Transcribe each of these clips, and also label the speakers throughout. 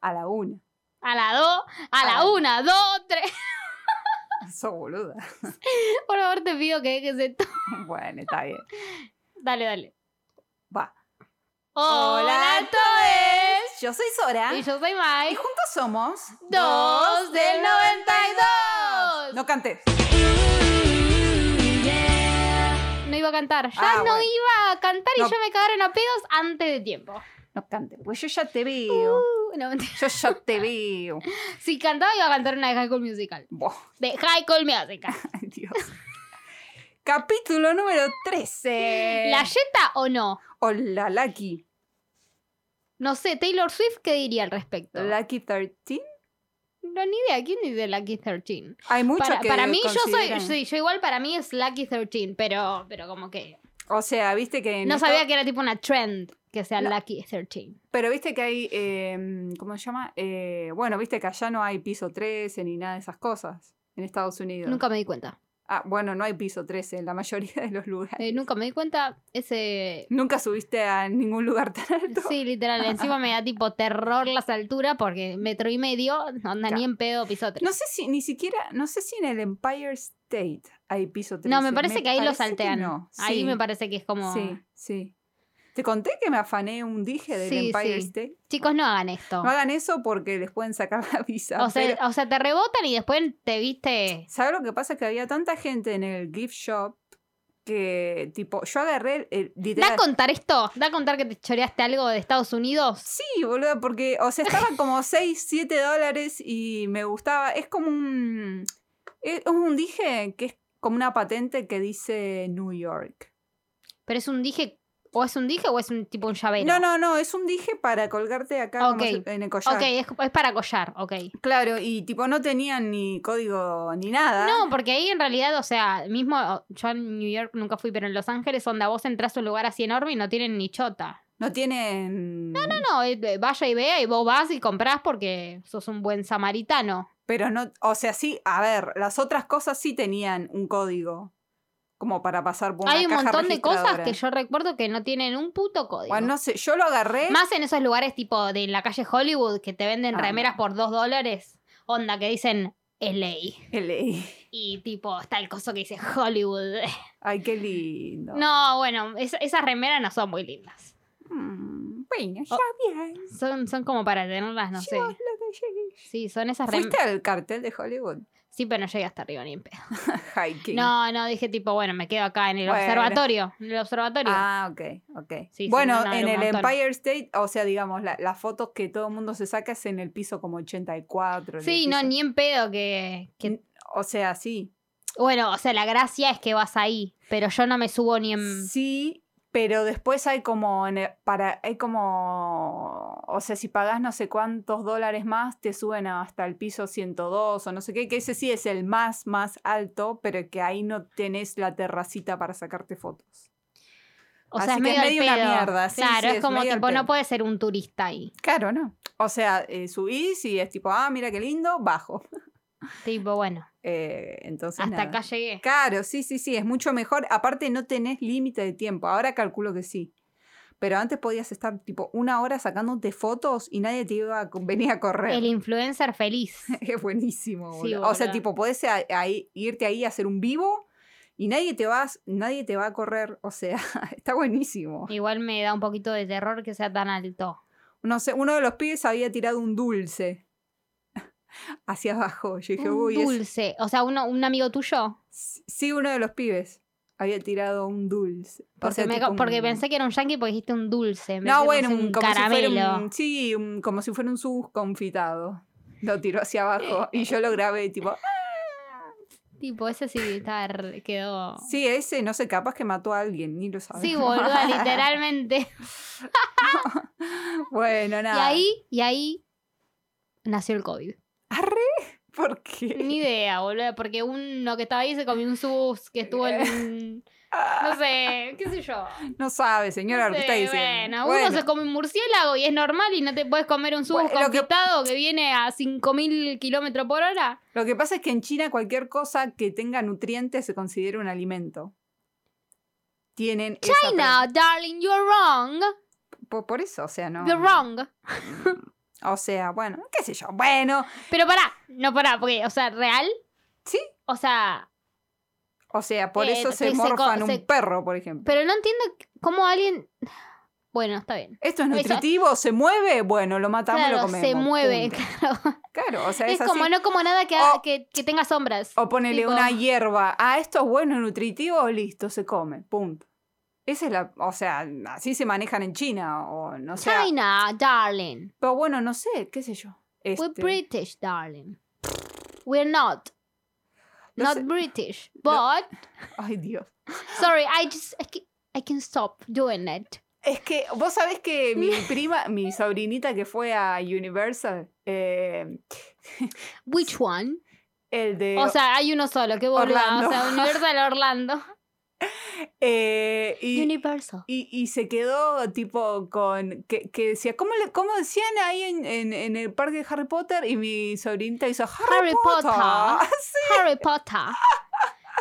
Speaker 1: a la una.
Speaker 2: A la dos, a
Speaker 1: A
Speaker 2: la
Speaker 1: la-
Speaker 2: una, dos, tres.
Speaker 1: Eso, boluda.
Speaker 2: Por favor, te pido que dejes esto.
Speaker 1: Bueno, está bien.
Speaker 2: Dale, dale.
Speaker 1: Va.
Speaker 2: Hola, esto es.
Speaker 1: Yo soy Sora.
Speaker 2: Y yo soy
Speaker 1: Y
Speaker 2: Mike.
Speaker 1: juntos somos.
Speaker 2: Dos del 92.
Speaker 1: No cantes.
Speaker 2: No iba a cantar. Ya
Speaker 1: Ah,
Speaker 2: no
Speaker 1: bueno.
Speaker 2: iba a cantar y
Speaker 1: No.
Speaker 2: ya me cagaron a pedos antes de tiempo.
Speaker 1: No cantes, pues yo ya te veo.
Speaker 2: Uh, no, mentira.
Speaker 1: Yo ya te veo.
Speaker 2: si cantaba, iba a cantar una de High School Musical.
Speaker 1: Buah,
Speaker 2: De High School Musical.
Speaker 1: ay, Dios. Capítulo número 13.
Speaker 2: ¿La Jetta o no?
Speaker 1: O la Lucky.
Speaker 2: No sé, Taylor Swift, ¿qué diría al respecto?
Speaker 1: Lucky 13.
Speaker 2: No, ni idea. ¿Quién dice Lucky 13?
Speaker 1: Hay muchos
Speaker 2: Para,
Speaker 1: que
Speaker 2: para mí, yo soy.
Speaker 1: consideran-
Speaker 2: Sí, yo igual para mí es Lucky 13, pero, pero como que.
Speaker 1: O sea, viste que. en
Speaker 2: No
Speaker 1: esto-
Speaker 2: sabía que era tipo una trend que sea
Speaker 1: Eh, No.
Speaker 2: Lucky 13.
Speaker 1: Pero viste que hay. eh, ¿Cómo se llama? Eh, bueno, viste que allá no hay piso 13 ni nada de esas cosas. En Estados Unidos.
Speaker 2: Nunca me di cuenta.
Speaker 1: Ah, bueno, no hay piso 13 en la mayoría de los lugares.
Speaker 2: Eh, nunca me di cuenta. Ese.
Speaker 1: Nunca subiste a ningún lugar tan alto.
Speaker 2: Sí, literal. Encima me da tipo terror las alturas porque metro y medio, no anda ni en pedo piso tres.
Speaker 1: No sé si ni siquiera, no sé si en el Empire State hay piso 13.
Speaker 2: No, me parece que ahí lo
Speaker 1: parece
Speaker 2: saltean.
Speaker 1: no.
Speaker 2: Ahí
Speaker 1: Sí,
Speaker 2: me parece que es como.
Speaker 1: Sí, sí. Te conté que me afané un dije del
Speaker 2: Sí,
Speaker 1: Empire
Speaker 2: sí.
Speaker 1: State.
Speaker 2: Chicos, no hagan esto.
Speaker 1: No hagan eso porque les pueden sacar la visa.
Speaker 2: o, sea,
Speaker 1: pero-
Speaker 2: o sea, te rebotan y después te viste.
Speaker 1: ¿Sabes lo que pasa? Que había tanta gente en el gift shop que, tipo, yo agarré el- el.
Speaker 2: ¿Da a
Speaker 1: literal-
Speaker 2: contar esto? ¿Da a contar que te choreaste algo de Estados Unidos?
Speaker 1: Sí, boludo, porque, o sea, estaban como 6, 7 dólares y me gustaba. Es como un. Es un dije que es como una patente que dice New York.
Speaker 2: Pero es un dije. ¿O es un dije o es un tipo un llavero?
Speaker 1: No, no, no, es un dije para colgarte acá como
Speaker 2: Ok.
Speaker 1: si- en el collar.
Speaker 2: Ok, es, es para collar, ok.
Speaker 1: Claro, y tipo no tenían ni código ni nada.
Speaker 2: No, porque ahí en realidad, o sea, mismo o- yo en New York nunca fui, pero en Los Ángeles, onda, vos entras a un lugar así enorme y no tienen ni chota.
Speaker 1: No tienen.
Speaker 2: No, no, eh, eh, vaya y vea y vos vas y comprás porque sos un buen samaritano.
Speaker 1: Pero no, o sea, sí, a ver, las otras cosas sí tenían un código. Como para pasar por una
Speaker 2: Hay un
Speaker 1: caja
Speaker 2: montón de cosas
Speaker 1: registradora.
Speaker 2: que yo recuerdo que no tienen un puto código.
Speaker 1: Bueno, no sé, yo lo agarré.
Speaker 2: Más en esos lugares tipo de la calle Hollywood que te venden
Speaker 1: Ah,
Speaker 2: remeras por dos dólares, onda, que dicen LA.
Speaker 1: LA.
Speaker 2: Y tipo, está el coso que dice Hollywood.
Speaker 1: Ay, qué lindo.
Speaker 2: No, bueno, es- esas remeras no son muy lindas.
Speaker 1: Mm, Bueno, ya
Speaker 2: Oh.
Speaker 1: bien.
Speaker 2: Son, son como para tenerlas, no sé.
Speaker 1: Yo lo que llegué.
Speaker 2: Sí, son esas remeras.
Speaker 1: ¿Fuiste al cartel de Hollywood?
Speaker 2: Sí, pero no llegué hasta arriba ni en pedo.
Speaker 1: Hiking.
Speaker 2: No, no, dije tipo, bueno, me quedo acá en el
Speaker 1: Bueno.
Speaker 2: observatorio. En el observatorio.
Speaker 1: Ah, ok, ok.
Speaker 2: Sí, sí,
Speaker 1: bueno,
Speaker 2: no, no,
Speaker 1: en
Speaker 2: era un
Speaker 1: el
Speaker 2: montón.
Speaker 1: Empire State, o sea, digamos, la- las fotos que todo el mundo se saca es en el piso como 84. en el
Speaker 2: sí, no,
Speaker 1: piso-
Speaker 2: ni en pedo que, que-
Speaker 1: O sea, sí.
Speaker 2: Bueno, o sea, la gracia es que vas ahí, pero yo no me subo ni
Speaker 1: Em,
Speaker 2: en...
Speaker 1: Sí, pero después hay como... en el- para, hay como... O sea, si pagás no sé cuántos dólares más, te suben hasta el piso 102 o no sé qué, que ese sí es el más, más alto, pero que ahí no tenés la terracita para sacarte fotos.
Speaker 2: O sea,
Speaker 1: Así
Speaker 2: es
Speaker 1: que
Speaker 2: medio,
Speaker 1: es
Speaker 2: al
Speaker 1: medio una
Speaker 2: pedo.
Speaker 1: mierda, sí,
Speaker 2: claro,
Speaker 1: sí,
Speaker 2: es,
Speaker 1: es
Speaker 2: como
Speaker 1: medio al
Speaker 2: tipo,
Speaker 1: pedo.
Speaker 2: no puede ser un turista ahí.
Speaker 1: Claro, ¿no? O sea, eh, subís y es tipo, ah, mira qué lindo, bajo.
Speaker 2: Tipo, bueno,
Speaker 1: Eh, entonces,
Speaker 2: hasta
Speaker 1: nada.
Speaker 2: acá llegué.
Speaker 1: Claro, sí, sí, sí, es mucho mejor. Aparte, no tenés límite de tiempo. Ahora calculo que sí. Pero antes podías estar tipo una hora sacándote fotos y nadie te iba a co- venir a correr.
Speaker 2: El influencer feliz.
Speaker 1: Es buenísimo.
Speaker 2: Sí,
Speaker 1: boludo. o sea,
Speaker 2: boluda.
Speaker 1: tipo, podés a- ahí- irte ahí a hacer un vivo y nadie te, vas, nadie te va a correr. O sea, está buenísimo.
Speaker 2: Igual me da un poquito de terror que sea tan alto.
Speaker 1: No sé, uno de los pibes había tirado un dulce hacia abajo. Yo dije,
Speaker 2: Un
Speaker 1: uy, es-
Speaker 2: dulce. O sea, uno, un amigo tuyo.
Speaker 1: sí, uno de los pibes había tirado un dulce. O
Speaker 2: Porque,
Speaker 1: sea,
Speaker 2: me-
Speaker 1: tipo
Speaker 2: porque
Speaker 1: un-
Speaker 2: pensé que era un yankee porque dijiste un dulce. en vez
Speaker 1: No,
Speaker 2: de,
Speaker 1: bueno,
Speaker 2: sé,
Speaker 1: un,
Speaker 2: un
Speaker 1: como
Speaker 2: caramelo.
Speaker 1: si fuera un, sí, un- como si fuera un sus confitado. Lo tiró hacia abajo y yo lo grabé y tipo, "Ah".
Speaker 2: Tipo, ese sí está re- quedó. Sí,
Speaker 1: sí, ese no sé, capaz que mató a alguien, ni lo sabía.
Speaker 2: boluda, literalmente.
Speaker 1: bueno,
Speaker 2: Y
Speaker 1: nada.
Speaker 2: ahí, y ahí nació el COVID.
Speaker 1: Arre, ¿por qué?
Speaker 2: Ni idea, boluda, porque uno que estaba ahí se comió un sus que estuvo en.
Speaker 1: Ah,
Speaker 2: No sé, qué sé yo.
Speaker 1: no sabe, señora,
Speaker 2: No
Speaker 1: lo que
Speaker 2: sé,
Speaker 1: está diciendo.
Speaker 2: bueno, uno se come un murciélago y es normal y no te puedes comer un sus
Speaker 1: Bueno, lo que-
Speaker 2: confitado que... viene a 5000 kilómetros por hora.
Speaker 1: Lo que pasa es que en China cualquier cosa que tenga nutrientes se considera un alimento. Tienen esa
Speaker 2: China, darling, you're wrong.
Speaker 1: pre- po- Por, eso, o sea, no.
Speaker 2: You're wrong.
Speaker 1: O sea, bueno, qué sé yo. Bueno,
Speaker 2: Pero pará, no pará, porque, o sea, real.
Speaker 1: Sí.
Speaker 2: O sea,
Speaker 1: o sea, por
Speaker 2: Eh,
Speaker 1: eso
Speaker 2: que
Speaker 1: se
Speaker 2: se
Speaker 1: morfan
Speaker 2: co-
Speaker 1: un
Speaker 2: se-
Speaker 1: perro, por ejemplo.
Speaker 2: pero no entiendo cómo alguien. Bueno, está bien.
Speaker 1: Esto es
Speaker 2: Eso-
Speaker 1: nutritivo, se mueve, bueno, lo matamos, lo
Speaker 2: claro,
Speaker 1: comemos.
Speaker 2: se mueve.
Speaker 1: punto.
Speaker 2: Claro.
Speaker 1: Claro, o sea,
Speaker 2: Es,
Speaker 1: es,
Speaker 2: como
Speaker 1: así.
Speaker 2: no como nada que, haga-
Speaker 1: O-
Speaker 2: que, que tenga sombras.
Speaker 1: O ponele
Speaker 2: tipo-
Speaker 1: una hierba. Ah, esto es bueno, nutritivo, listo, se come, punto. Esa es la, o sea, así se manejan en China o no sé.
Speaker 2: China, darling.
Speaker 1: Pero bueno, no sé, qué sé yo.
Speaker 2: We're
Speaker 1: Este,
Speaker 2: British, darling. We're not.
Speaker 1: No
Speaker 2: not
Speaker 1: sé.
Speaker 2: British.
Speaker 1: No.
Speaker 2: But
Speaker 1: Ay, Dios.
Speaker 2: sorry, I just I can, I can stop doing it.
Speaker 1: Es que vos sabés que mi prima, mi sobrinita que fue a Universal, eh,
Speaker 2: Which one?
Speaker 1: el de
Speaker 2: o sea, hay uno solo, qué boluda.
Speaker 1: Orlando.
Speaker 2: O sea, Universal Orlando.
Speaker 1: eh, y,
Speaker 2: Universal.
Speaker 1: Y, y se quedó tipo con. que, que decía, ¿cómo, le, ¿cómo decían ahí en, en- en el parque de Harry Potter? Y mi sobrinita hizo Harry,
Speaker 2: Harry
Speaker 1: Potter.
Speaker 2: Potter. Ah, Harry Potter.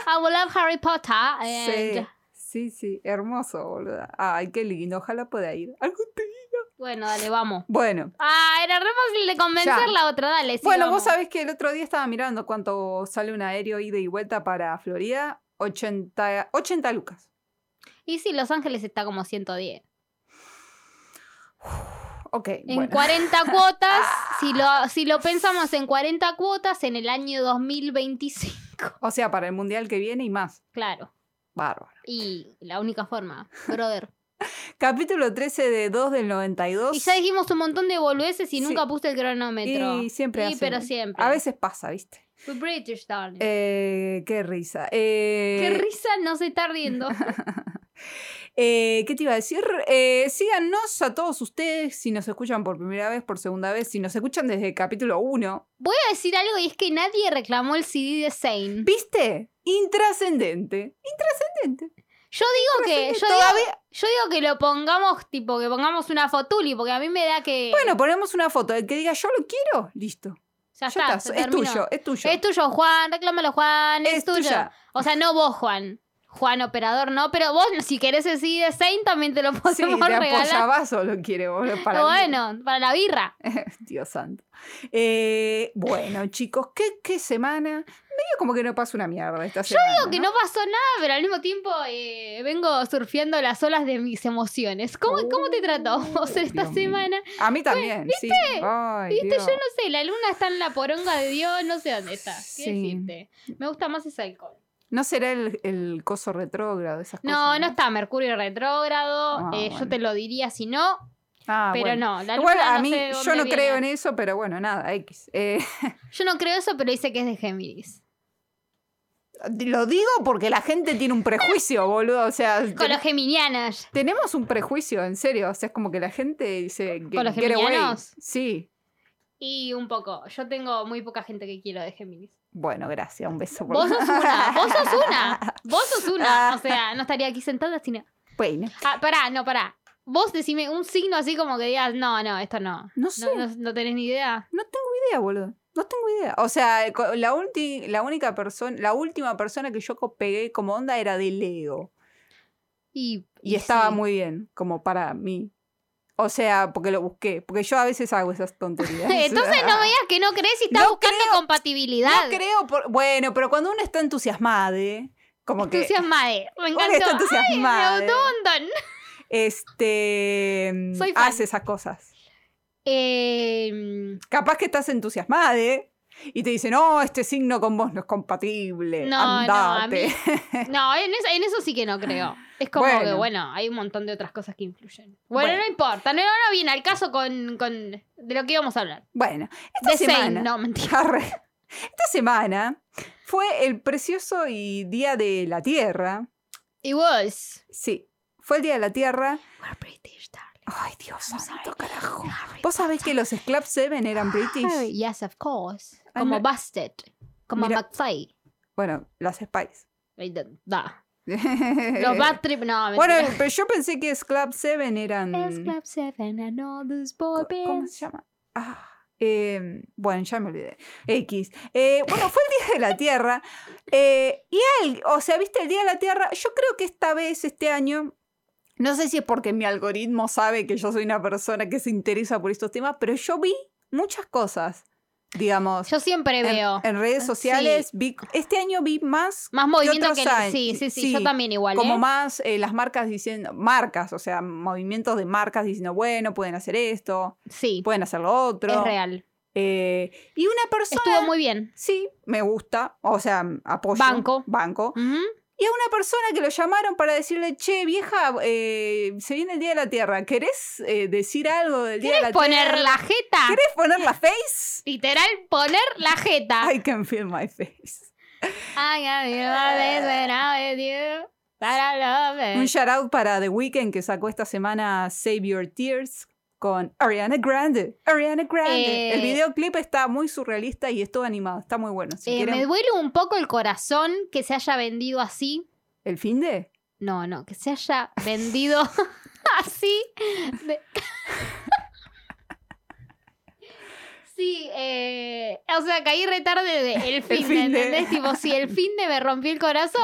Speaker 2: I will love Harry Potter. And,
Speaker 1: Sí, sí, sí, hermoso, boluda. Ay, qué lindo, ojalá pueda ir. algún día.
Speaker 2: Bueno, dale, vamos.
Speaker 1: Bueno,
Speaker 2: Ah, era re fácil de convencer
Speaker 1: Ya.
Speaker 2: la otra, dale. sí,
Speaker 1: bueno,
Speaker 2: vamos.
Speaker 1: vos sabés que el otro día estaba mirando cuánto sale un aéreo ida y vuelta para Florida. 80, 80 lucas.
Speaker 2: Y si Los Ángeles está como 110.
Speaker 1: Ok,
Speaker 2: En
Speaker 1: bueno.
Speaker 2: 40 cuotas, si lo, si lo pensamos en 40 cuotas, en el año 2025.
Speaker 1: O sea, para el mundial que viene y más.
Speaker 2: Claro.
Speaker 1: Bárbaro.
Speaker 2: Y la única forma, brother.
Speaker 1: Capítulo 13 de 2 del 92.
Speaker 2: Y ya dijimos un montón de boludeces y
Speaker 1: Sí.
Speaker 2: nunca puse el cronómetro.
Speaker 1: Y siempre
Speaker 2: Sí,
Speaker 1: hacen-
Speaker 2: pero siempre.
Speaker 1: A veces pasa, ¿viste?
Speaker 2: We're British, darling.
Speaker 1: Eh, qué risa. Eh,
Speaker 2: Mm. Qué risa no se está riendo.
Speaker 1: eh, ¿Qué te iba a decir? Eh, síganos a todos ustedes si nos escuchan por primera vez, por segunda vez, si nos escuchan desde el capítulo 1.
Speaker 2: Voy a decir algo y es que nadie reclamó el CD de Zane.
Speaker 1: ¿Viste? Intrascendente. Intrascendente.
Speaker 2: Yo digo que,
Speaker 1: Intrascendente.
Speaker 2: yo digo,
Speaker 1: Todavía-
Speaker 2: yo digo que lo pongamos, tipo, que pongamos una fotuli, porque a mí me da que.
Speaker 1: Bueno, ponemos una foto. El que diga yo lo quiero, listo. Ya
Speaker 2: ya está,
Speaker 1: está,
Speaker 2: se
Speaker 1: es
Speaker 2: terminó.
Speaker 1: tuyo, es tuyo.
Speaker 2: Es tuyo, Juan, reclámalo, Juan. Es,
Speaker 1: Es
Speaker 2: tuyo.
Speaker 1: tuya.
Speaker 2: O sea, no vos, Juan. Juan, operador, no, pero vos, si querés el CD de Zane, también te lo
Speaker 1: Sí,
Speaker 2: podemos
Speaker 1: de
Speaker 2: regalar.
Speaker 1: apoyabazo lo quiere, boludo, para
Speaker 2: Pero
Speaker 1: mí.
Speaker 2: bueno, para la birra.
Speaker 1: Dios santo. Eh, bueno, chicos, ¿qué, qué semana. Medio como que no pasa una mierda esta semana.
Speaker 2: Creo que no pasó nada, pero al mismo tiempo eh, vengo surfeando las olas de mis emociones. ¿Cómo, ¿cómo te trató vos
Speaker 1: Oh,
Speaker 2: esta
Speaker 1: Dios mío.
Speaker 2: semana?
Speaker 1: A mí también, sí. Ay,
Speaker 2: Viste,
Speaker 1: Dios.
Speaker 2: yo no sé, la luna está en la poronga de Dios, no sé dónde está. ¿Qué
Speaker 1: Sí.
Speaker 2: decirte? Me gusta más ese alcohol.
Speaker 1: ¿No será el, el coso retrógrado, esas cosas?
Speaker 2: No, no está Mercurio retrógrado.
Speaker 1: Ah,
Speaker 2: eh, Yo
Speaker 1: bueno.
Speaker 2: te lo diría si no,
Speaker 1: Ah,
Speaker 2: pero
Speaker 1: bueno.
Speaker 2: no. La luna
Speaker 1: Igual a
Speaker 2: no
Speaker 1: mí,
Speaker 2: sé de
Speaker 1: yo
Speaker 2: dónde
Speaker 1: no
Speaker 2: viene.
Speaker 1: creo en eso, pero bueno, nada, X. Eh,
Speaker 2: Yo no creo eso, pero dice que es de Géminis.
Speaker 1: lo digo porque la gente tiene un prejuicio, boludo. O sea,
Speaker 2: Con
Speaker 1: ten-
Speaker 2: los geminianos.
Speaker 1: tenemos un prejuicio, en serio. O sea, es como que la gente dice. que-
Speaker 2: los
Speaker 1: get away.
Speaker 2: geminianos?
Speaker 1: Sí.
Speaker 2: Y un poco. Yo tengo muy poca gente que quiero de Géminis.
Speaker 1: Bueno, gracias, un beso. por- Ah.
Speaker 2: Vos sos una, vos sos una, vos sos una. O sea, no estaría aquí sentada sin.
Speaker 1: Bueno,
Speaker 2: Ah, pará, no, pará. Vos decime un signo así como que digas, no, no, esto no.
Speaker 1: no sé,
Speaker 2: No, no, no tenés ni idea.
Speaker 1: no tengo idea, boludo. No tengo idea. O sea, co- la, ulti- la única persona, la última persona que yo co- pegué como onda era de Leo.
Speaker 2: Y,
Speaker 1: Y estaba
Speaker 2: sí.
Speaker 1: muy bien, como para mí. O sea, porque lo busqué. Porque yo a veces hago esas tonterías.
Speaker 2: Entonces no veías que no crees y estás
Speaker 1: No
Speaker 2: buscando compatibilidad.
Speaker 1: No creo. por- Bueno, pero cuando uno está entusiasmado, ¿eh? como que.
Speaker 2: Entusiasmade. Me
Speaker 1: uno que está
Speaker 2: encantó. Ay, me
Speaker 1: entusiasmado,
Speaker 2: gustó un montón.
Speaker 1: Este. mm,
Speaker 2: Soy fan.
Speaker 1: hace esas cosas.
Speaker 2: Eh,
Speaker 1: Capaz que estás entusiasmado ¿eh? y te dicen, no, este signo con vos no es compatible.
Speaker 2: No, no, a mí-
Speaker 1: Eh, andate.
Speaker 2: No, en eso, en eso sí que no creo. Es como
Speaker 1: Bueno.
Speaker 2: que, bueno, hay un montón de otras cosas que influyen. Bueno,
Speaker 1: Bueno.
Speaker 2: no importa, no, no viene al caso con, con- de lo que íbamos a hablar.
Speaker 1: bueno, esta
Speaker 2: De
Speaker 1: semana.
Speaker 2: Zane, no, mentira.
Speaker 1: Arre. Esta semana fue el precioso y día de la Tierra.
Speaker 2: It was.
Speaker 1: Sí, fue el día de la Tierra.
Speaker 2: We're British, darling.
Speaker 1: Ay, Dios
Speaker 2: I'm
Speaker 1: santo,
Speaker 2: sorry.
Speaker 1: carajo.
Speaker 2: Harry
Speaker 1: Vos sabés que los Club Seven eran
Speaker 2: Potter.
Speaker 1: british.
Speaker 2: Yes, of course.
Speaker 1: Ay,
Speaker 2: Como
Speaker 1: me-
Speaker 2: Busted. Como
Speaker 1: Mira.
Speaker 2: McFly.
Speaker 1: Bueno, las Spice.
Speaker 2: Ay, da- da. Los Bad Trip, no,
Speaker 1: Eh. Bueno,
Speaker 2: mentira.
Speaker 1: pero yo pensé que Club Seven eran.
Speaker 2: Es Club 7 and all those boy
Speaker 1: co- ¿Cómo
Speaker 2: bands.
Speaker 1: se llama? Ah, eh, bueno, ya me olvidé. X. Eh, bueno, fue el Día de la Tierra. Eh, y él, o sea, viste el Día de la Tierra, yo creo que esta vez, este año, no sé si es porque mi algoritmo sabe que yo soy una persona que se interesa por estos temas, pero yo vi muchas cosas, digamos.
Speaker 2: Yo siempre
Speaker 1: en,
Speaker 2: veo
Speaker 1: en redes sociales, vi- este año vi más
Speaker 2: más movimiento que...
Speaker 1: otros años.
Speaker 2: Sí, sí, sí,
Speaker 1: Sí,
Speaker 2: yo también igual.
Speaker 1: como
Speaker 2: ¿eh?
Speaker 1: más eh, las marcas diciendo, marcas, o sea, movimientos de marcas diciendo, bueno, pueden hacer esto,
Speaker 2: Sí,
Speaker 1: pueden hacer lo otro.
Speaker 2: es real.
Speaker 1: Eh, y una persona...
Speaker 2: Estuvo muy bien.
Speaker 1: Sí, me gusta, o sea, apoyo.
Speaker 2: Banco.
Speaker 1: Banco.
Speaker 2: Ujú.
Speaker 1: Y a una persona que lo llamaron para decirle, che, vieja, eh, se viene el Día de la Tierra, ¿querés eh, decir algo del Día de la
Speaker 2: Poner
Speaker 1: Tierra?
Speaker 2: la jeta.
Speaker 1: ¿Querés poner la face?
Speaker 2: Literal, poner la jeta.
Speaker 1: I can feel my face.
Speaker 2: I got you, baby, when I'm with you, but I love
Speaker 1: Un
Speaker 2: it.
Speaker 1: shout out para The Weeknd que sacó esta semana Save Your Tears con Ariana Grande. Ariana Grande.
Speaker 2: Eh,
Speaker 1: el videoclip está muy surrealista y es todo animado. Está muy bueno. Si
Speaker 2: Eh,
Speaker 1: quieren,
Speaker 2: me duele un poco el corazón que se haya vendido así.
Speaker 1: ¿El fin de?
Speaker 2: No, no, que se haya vendido así. de- Sí, eh, o sea, caí retarde de el
Speaker 1: fin
Speaker 2: fin, de,
Speaker 1: de.
Speaker 2: ¿entendés? Tipo, si el fin de me rompió el corazón,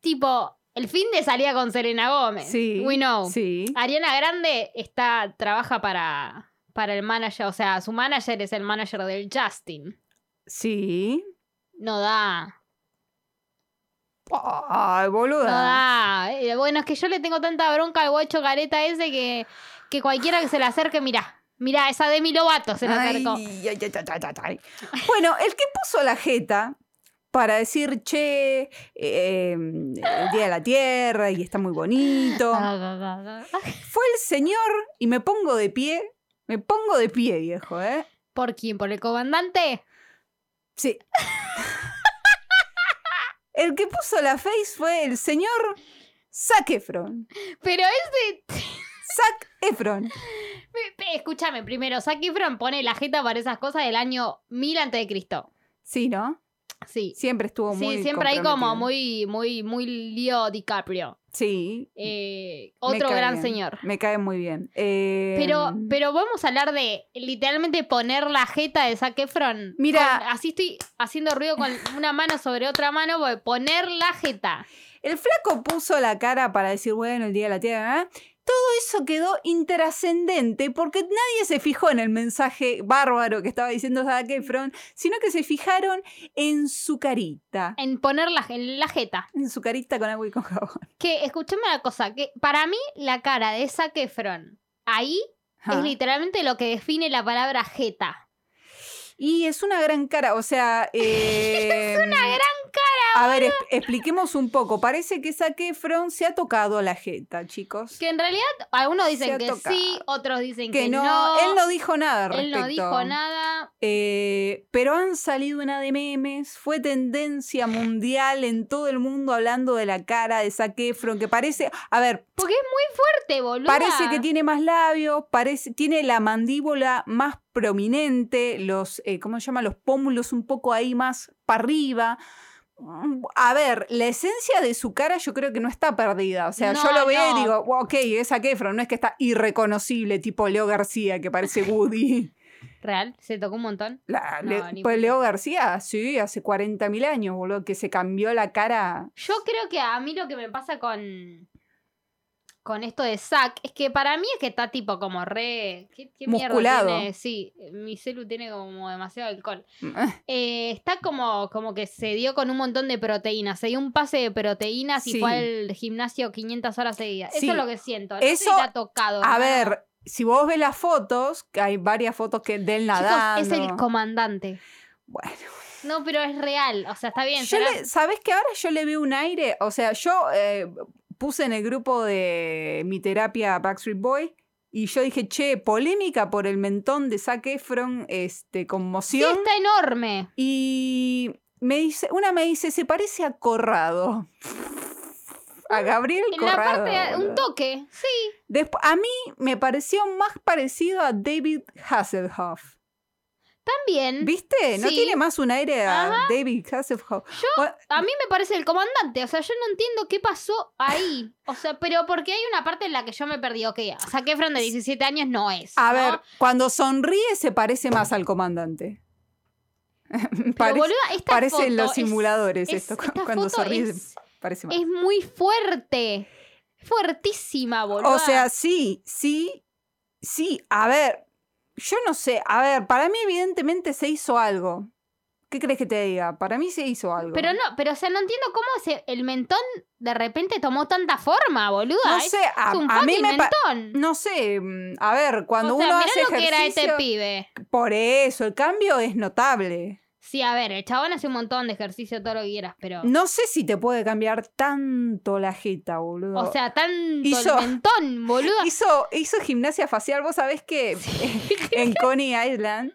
Speaker 2: tipo, el fin de salía con Selena Gómez.
Speaker 1: Sí.
Speaker 2: We know.
Speaker 1: Sí.
Speaker 2: Ariana Grande está, trabaja para, para el manager, o sea, su manager es el manager del Justin.
Speaker 1: Sí.
Speaker 2: No da,
Speaker 1: Ay,
Speaker 2: no
Speaker 1: boluda.
Speaker 2: da. Eh, Bueno, es que yo le tengo tanta bronca al guacho careta ese que, que cualquiera que se le acerque, mirá, mirá, esa Demi Lovato se le
Speaker 1: Ay,
Speaker 2: acercó.
Speaker 1: ay, ay, ay, ay, ay, ay. Bueno, el que puso la jeta para decir, che, eh, el Día de la Tierra y está muy bonito.
Speaker 2: Ah.
Speaker 1: Fue el señor, y me pongo de pie, me pongo de pie, viejo, ¿eh?
Speaker 2: ¿Por quién? ¿Por el comandante?
Speaker 1: Sí. El que puso la face fue el señor Zac Efron.
Speaker 2: Pero ese...
Speaker 1: Zac Efron.
Speaker 2: pe- pe- Escúchame, primero, Zac Efron pone la jeta para esas cosas del año 1000 antes de Cristo.
Speaker 1: Sí, ¿no?
Speaker 2: Sí.
Speaker 1: Siempre estuvo muy
Speaker 2: Sí, siempre hay como
Speaker 1: comprometido.
Speaker 2: muy, muy, muy lío DiCaprio.
Speaker 1: Sí.
Speaker 2: Eh,
Speaker 1: me
Speaker 2: otro
Speaker 1: cae
Speaker 2: gran
Speaker 1: bien,
Speaker 2: señor.
Speaker 1: Me cae muy bien. Eh,
Speaker 2: Pero, pero vamos a hablar de literalmente poner la jeta de Zac Efron.
Speaker 1: Mira.
Speaker 2: Con- así estoy haciendo ruido con una mano sobre otra mano, porque poner la jeta.
Speaker 1: El flaco puso la cara para decir, bueno, el día de la tierra. ¿eh? Todo eso quedó intrascendente porque nadie se fijó en el mensaje bárbaro que estaba diciendo Zac Efron, sino que se fijaron en su carita.
Speaker 2: En poner la, en la jeta.
Speaker 1: En su carita con agua y con jabón.
Speaker 2: Que, escúchame una cosa, que para mí la cara de Zac Efron ahí
Speaker 1: Ah.
Speaker 2: es literalmente lo que define la palabra jeta.
Speaker 1: Y es una gran cara, o sea... es una gran cara. A ver, es- expliquemos un poco. Parece que Zac Efron se ha tocado la jeta, chicos.
Speaker 2: Que en realidad algunos
Speaker 1: Se
Speaker 2: dicen
Speaker 1: ha
Speaker 2: que
Speaker 1: tocado.
Speaker 2: sí, otros dicen que,
Speaker 1: Que no, él no dijo nada al
Speaker 2: Él
Speaker 1: respecto.
Speaker 2: no dijo nada.
Speaker 1: Eh, pero han salido una de memes, fue tendencia mundial en todo el mundo hablando de la cara de Zac Efron, que parece, a ver,
Speaker 2: Te boluda.
Speaker 1: parece que tiene más labios, parece, tiene la mandíbula más prominente, los, eh, ¿cómo se llama? Los pómulos un poco ahí más para arriba. Mm, A ver, la esencia de su cara yo creo que no está perdida. O sea, yo
Speaker 2: No,
Speaker 1: lo veo
Speaker 2: no.
Speaker 1: y digo, "Wow, ok, es Zac Efron, no es que está irreconocible, tipo Leo García, que parece Woody.
Speaker 2: Real, se tocó un montón.
Speaker 1: La-
Speaker 2: No,
Speaker 1: Le-
Speaker 2: ni
Speaker 1: pues
Speaker 2: por-
Speaker 1: Leo García, sí, hace 40.000 años, boludo, que se cambió la cara.
Speaker 2: Yo creo que a mí lo que me pasa con. Con esto de Zack, es que para mí es que está tipo como re. ¿Qué, qué mierda
Speaker 1: Musculado.
Speaker 2: tiene? Sí, mi celu tiene como demasiado alcohol. Eh, está como, como que se dio con un montón de proteínas. Se dio un pase de proteínas y
Speaker 1: Sí.
Speaker 2: fue al gimnasio 500 horas seguidas.
Speaker 1: Sí.
Speaker 2: Eso es lo que siento. No sé si
Speaker 1: Eso-
Speaker 2: te ha tocado.
Speaker 1: A
Speaker 2: ¿no?
Speaker 1: ver, si vos ves las fotos, que hay varias fotos que del
Speaker 2: Chicos,
Speaker 1: nadando.
Speaker 2: es el comandante.
Speaker 1: Bueno,
Speaker 2: No, pero es real. O sea, está bien.
Speaker 1: yo
Speaker 2: será-
Speaker 1: le- ¿sabés que ahora yo le veo un aire? O sea, yo eh, puse en el grupo de mi terapia Backstreet Boy y yo dije, che, polémica por el mentón de Zac Efron, este,
Speaker 2: Sí,
Speaker 1: conmoción.
Speaker 2: está enorme.
Speaker 1: Y me dice, una me dice, se parece a Corrado. A Gabriel
Speaker 2: En la
Speaker 1: Corrado.
Speaker 2: parte, de- un
Speaker 1: boludo.
Speaker 2: toque. Sí,
Speaker 1: Despu- a mí me pareció más parecido a David Hasselhoff.
Speaker 2: también.
Speaker 1: ¿Viste? No
Speaker 2: Mm. Sí.
Speaker 1: tiene más un aire a
Speaker 2: Ajá.
Speaker 1: David Hasselhoff.
Speaker 2: Yo-
Speaker 1: Bueno,
Speaker 2: A mí me parece el comandante, o sea, yo no entiendo qué pasó ahí. O sea, pero porque hay una parte en la que yo me perdí, ok, o sea, que Efron de 17 años no es.
Speaker 1: a
Speaker 2: ¿no?
Speaker 1: ver, cuando sonríe se parece más al comandante.
Speaker 2: pero
Speaker 1: Parece-
Speaker 2: boluda, esta
Speaker 1: parecen
Speaker 2: foto
Speaker 1: los
Speaker 2: es-
Speaker 1: simuladores
Speaker 2: es-
Speaker 1: esto, cu-
Speaker 2: esta
Speaker 1: cuando
Speaker 2: foto
Speaker 1: sonríe
Speaker 2: Es,
Speaker 1: parece más.
Speaker 2: es muy fuerte. Fuertísima, boluda.
Speaker 1: O sea, sí, sí, sí. A ver, Yo no sé. A ver, para mí evidentemente se hizo algo. ¿Qué crees que te diga? Para mí se hizo algo.
Speaker 2: Pero no, pero o sea, no entiendo cómo se- el mentón de repente tomó tanta forma, boluda.
Speaker 1: No
Speaker 2: Es-
Speaker 1: sé, a,
Speaker 2: es un
Speaker 1: a mí
Speaker 2: fucking
Speaker 1: me pa-
Speaker 2: mentón.
Speaker 1: No sé, mm, a ver, cuando
Speaker 2: o sea,
Speaker 1: uno
Speaker 2: mirá
Speaker 1: hace
Speaker 2: lo que era este
Speaker 1: ejercicio,
Speaker 2: pibe.
Speaker 1: por eso, el cambio es notable.
Speaker 2: Sí, a ver, el chabón hace un montón de ejercicio, todo lo que quieras, pero.
Speaker 1: No sé si te puede cambiar tanto la jeta, boludo.
Speaker 2: O sea, tanto
Speaker 1: Hizo-
Speaker 2: el mentón, boluda.
Speaker 1: hizo, hizo gimnasia facial. Vos sabés que en Coney Island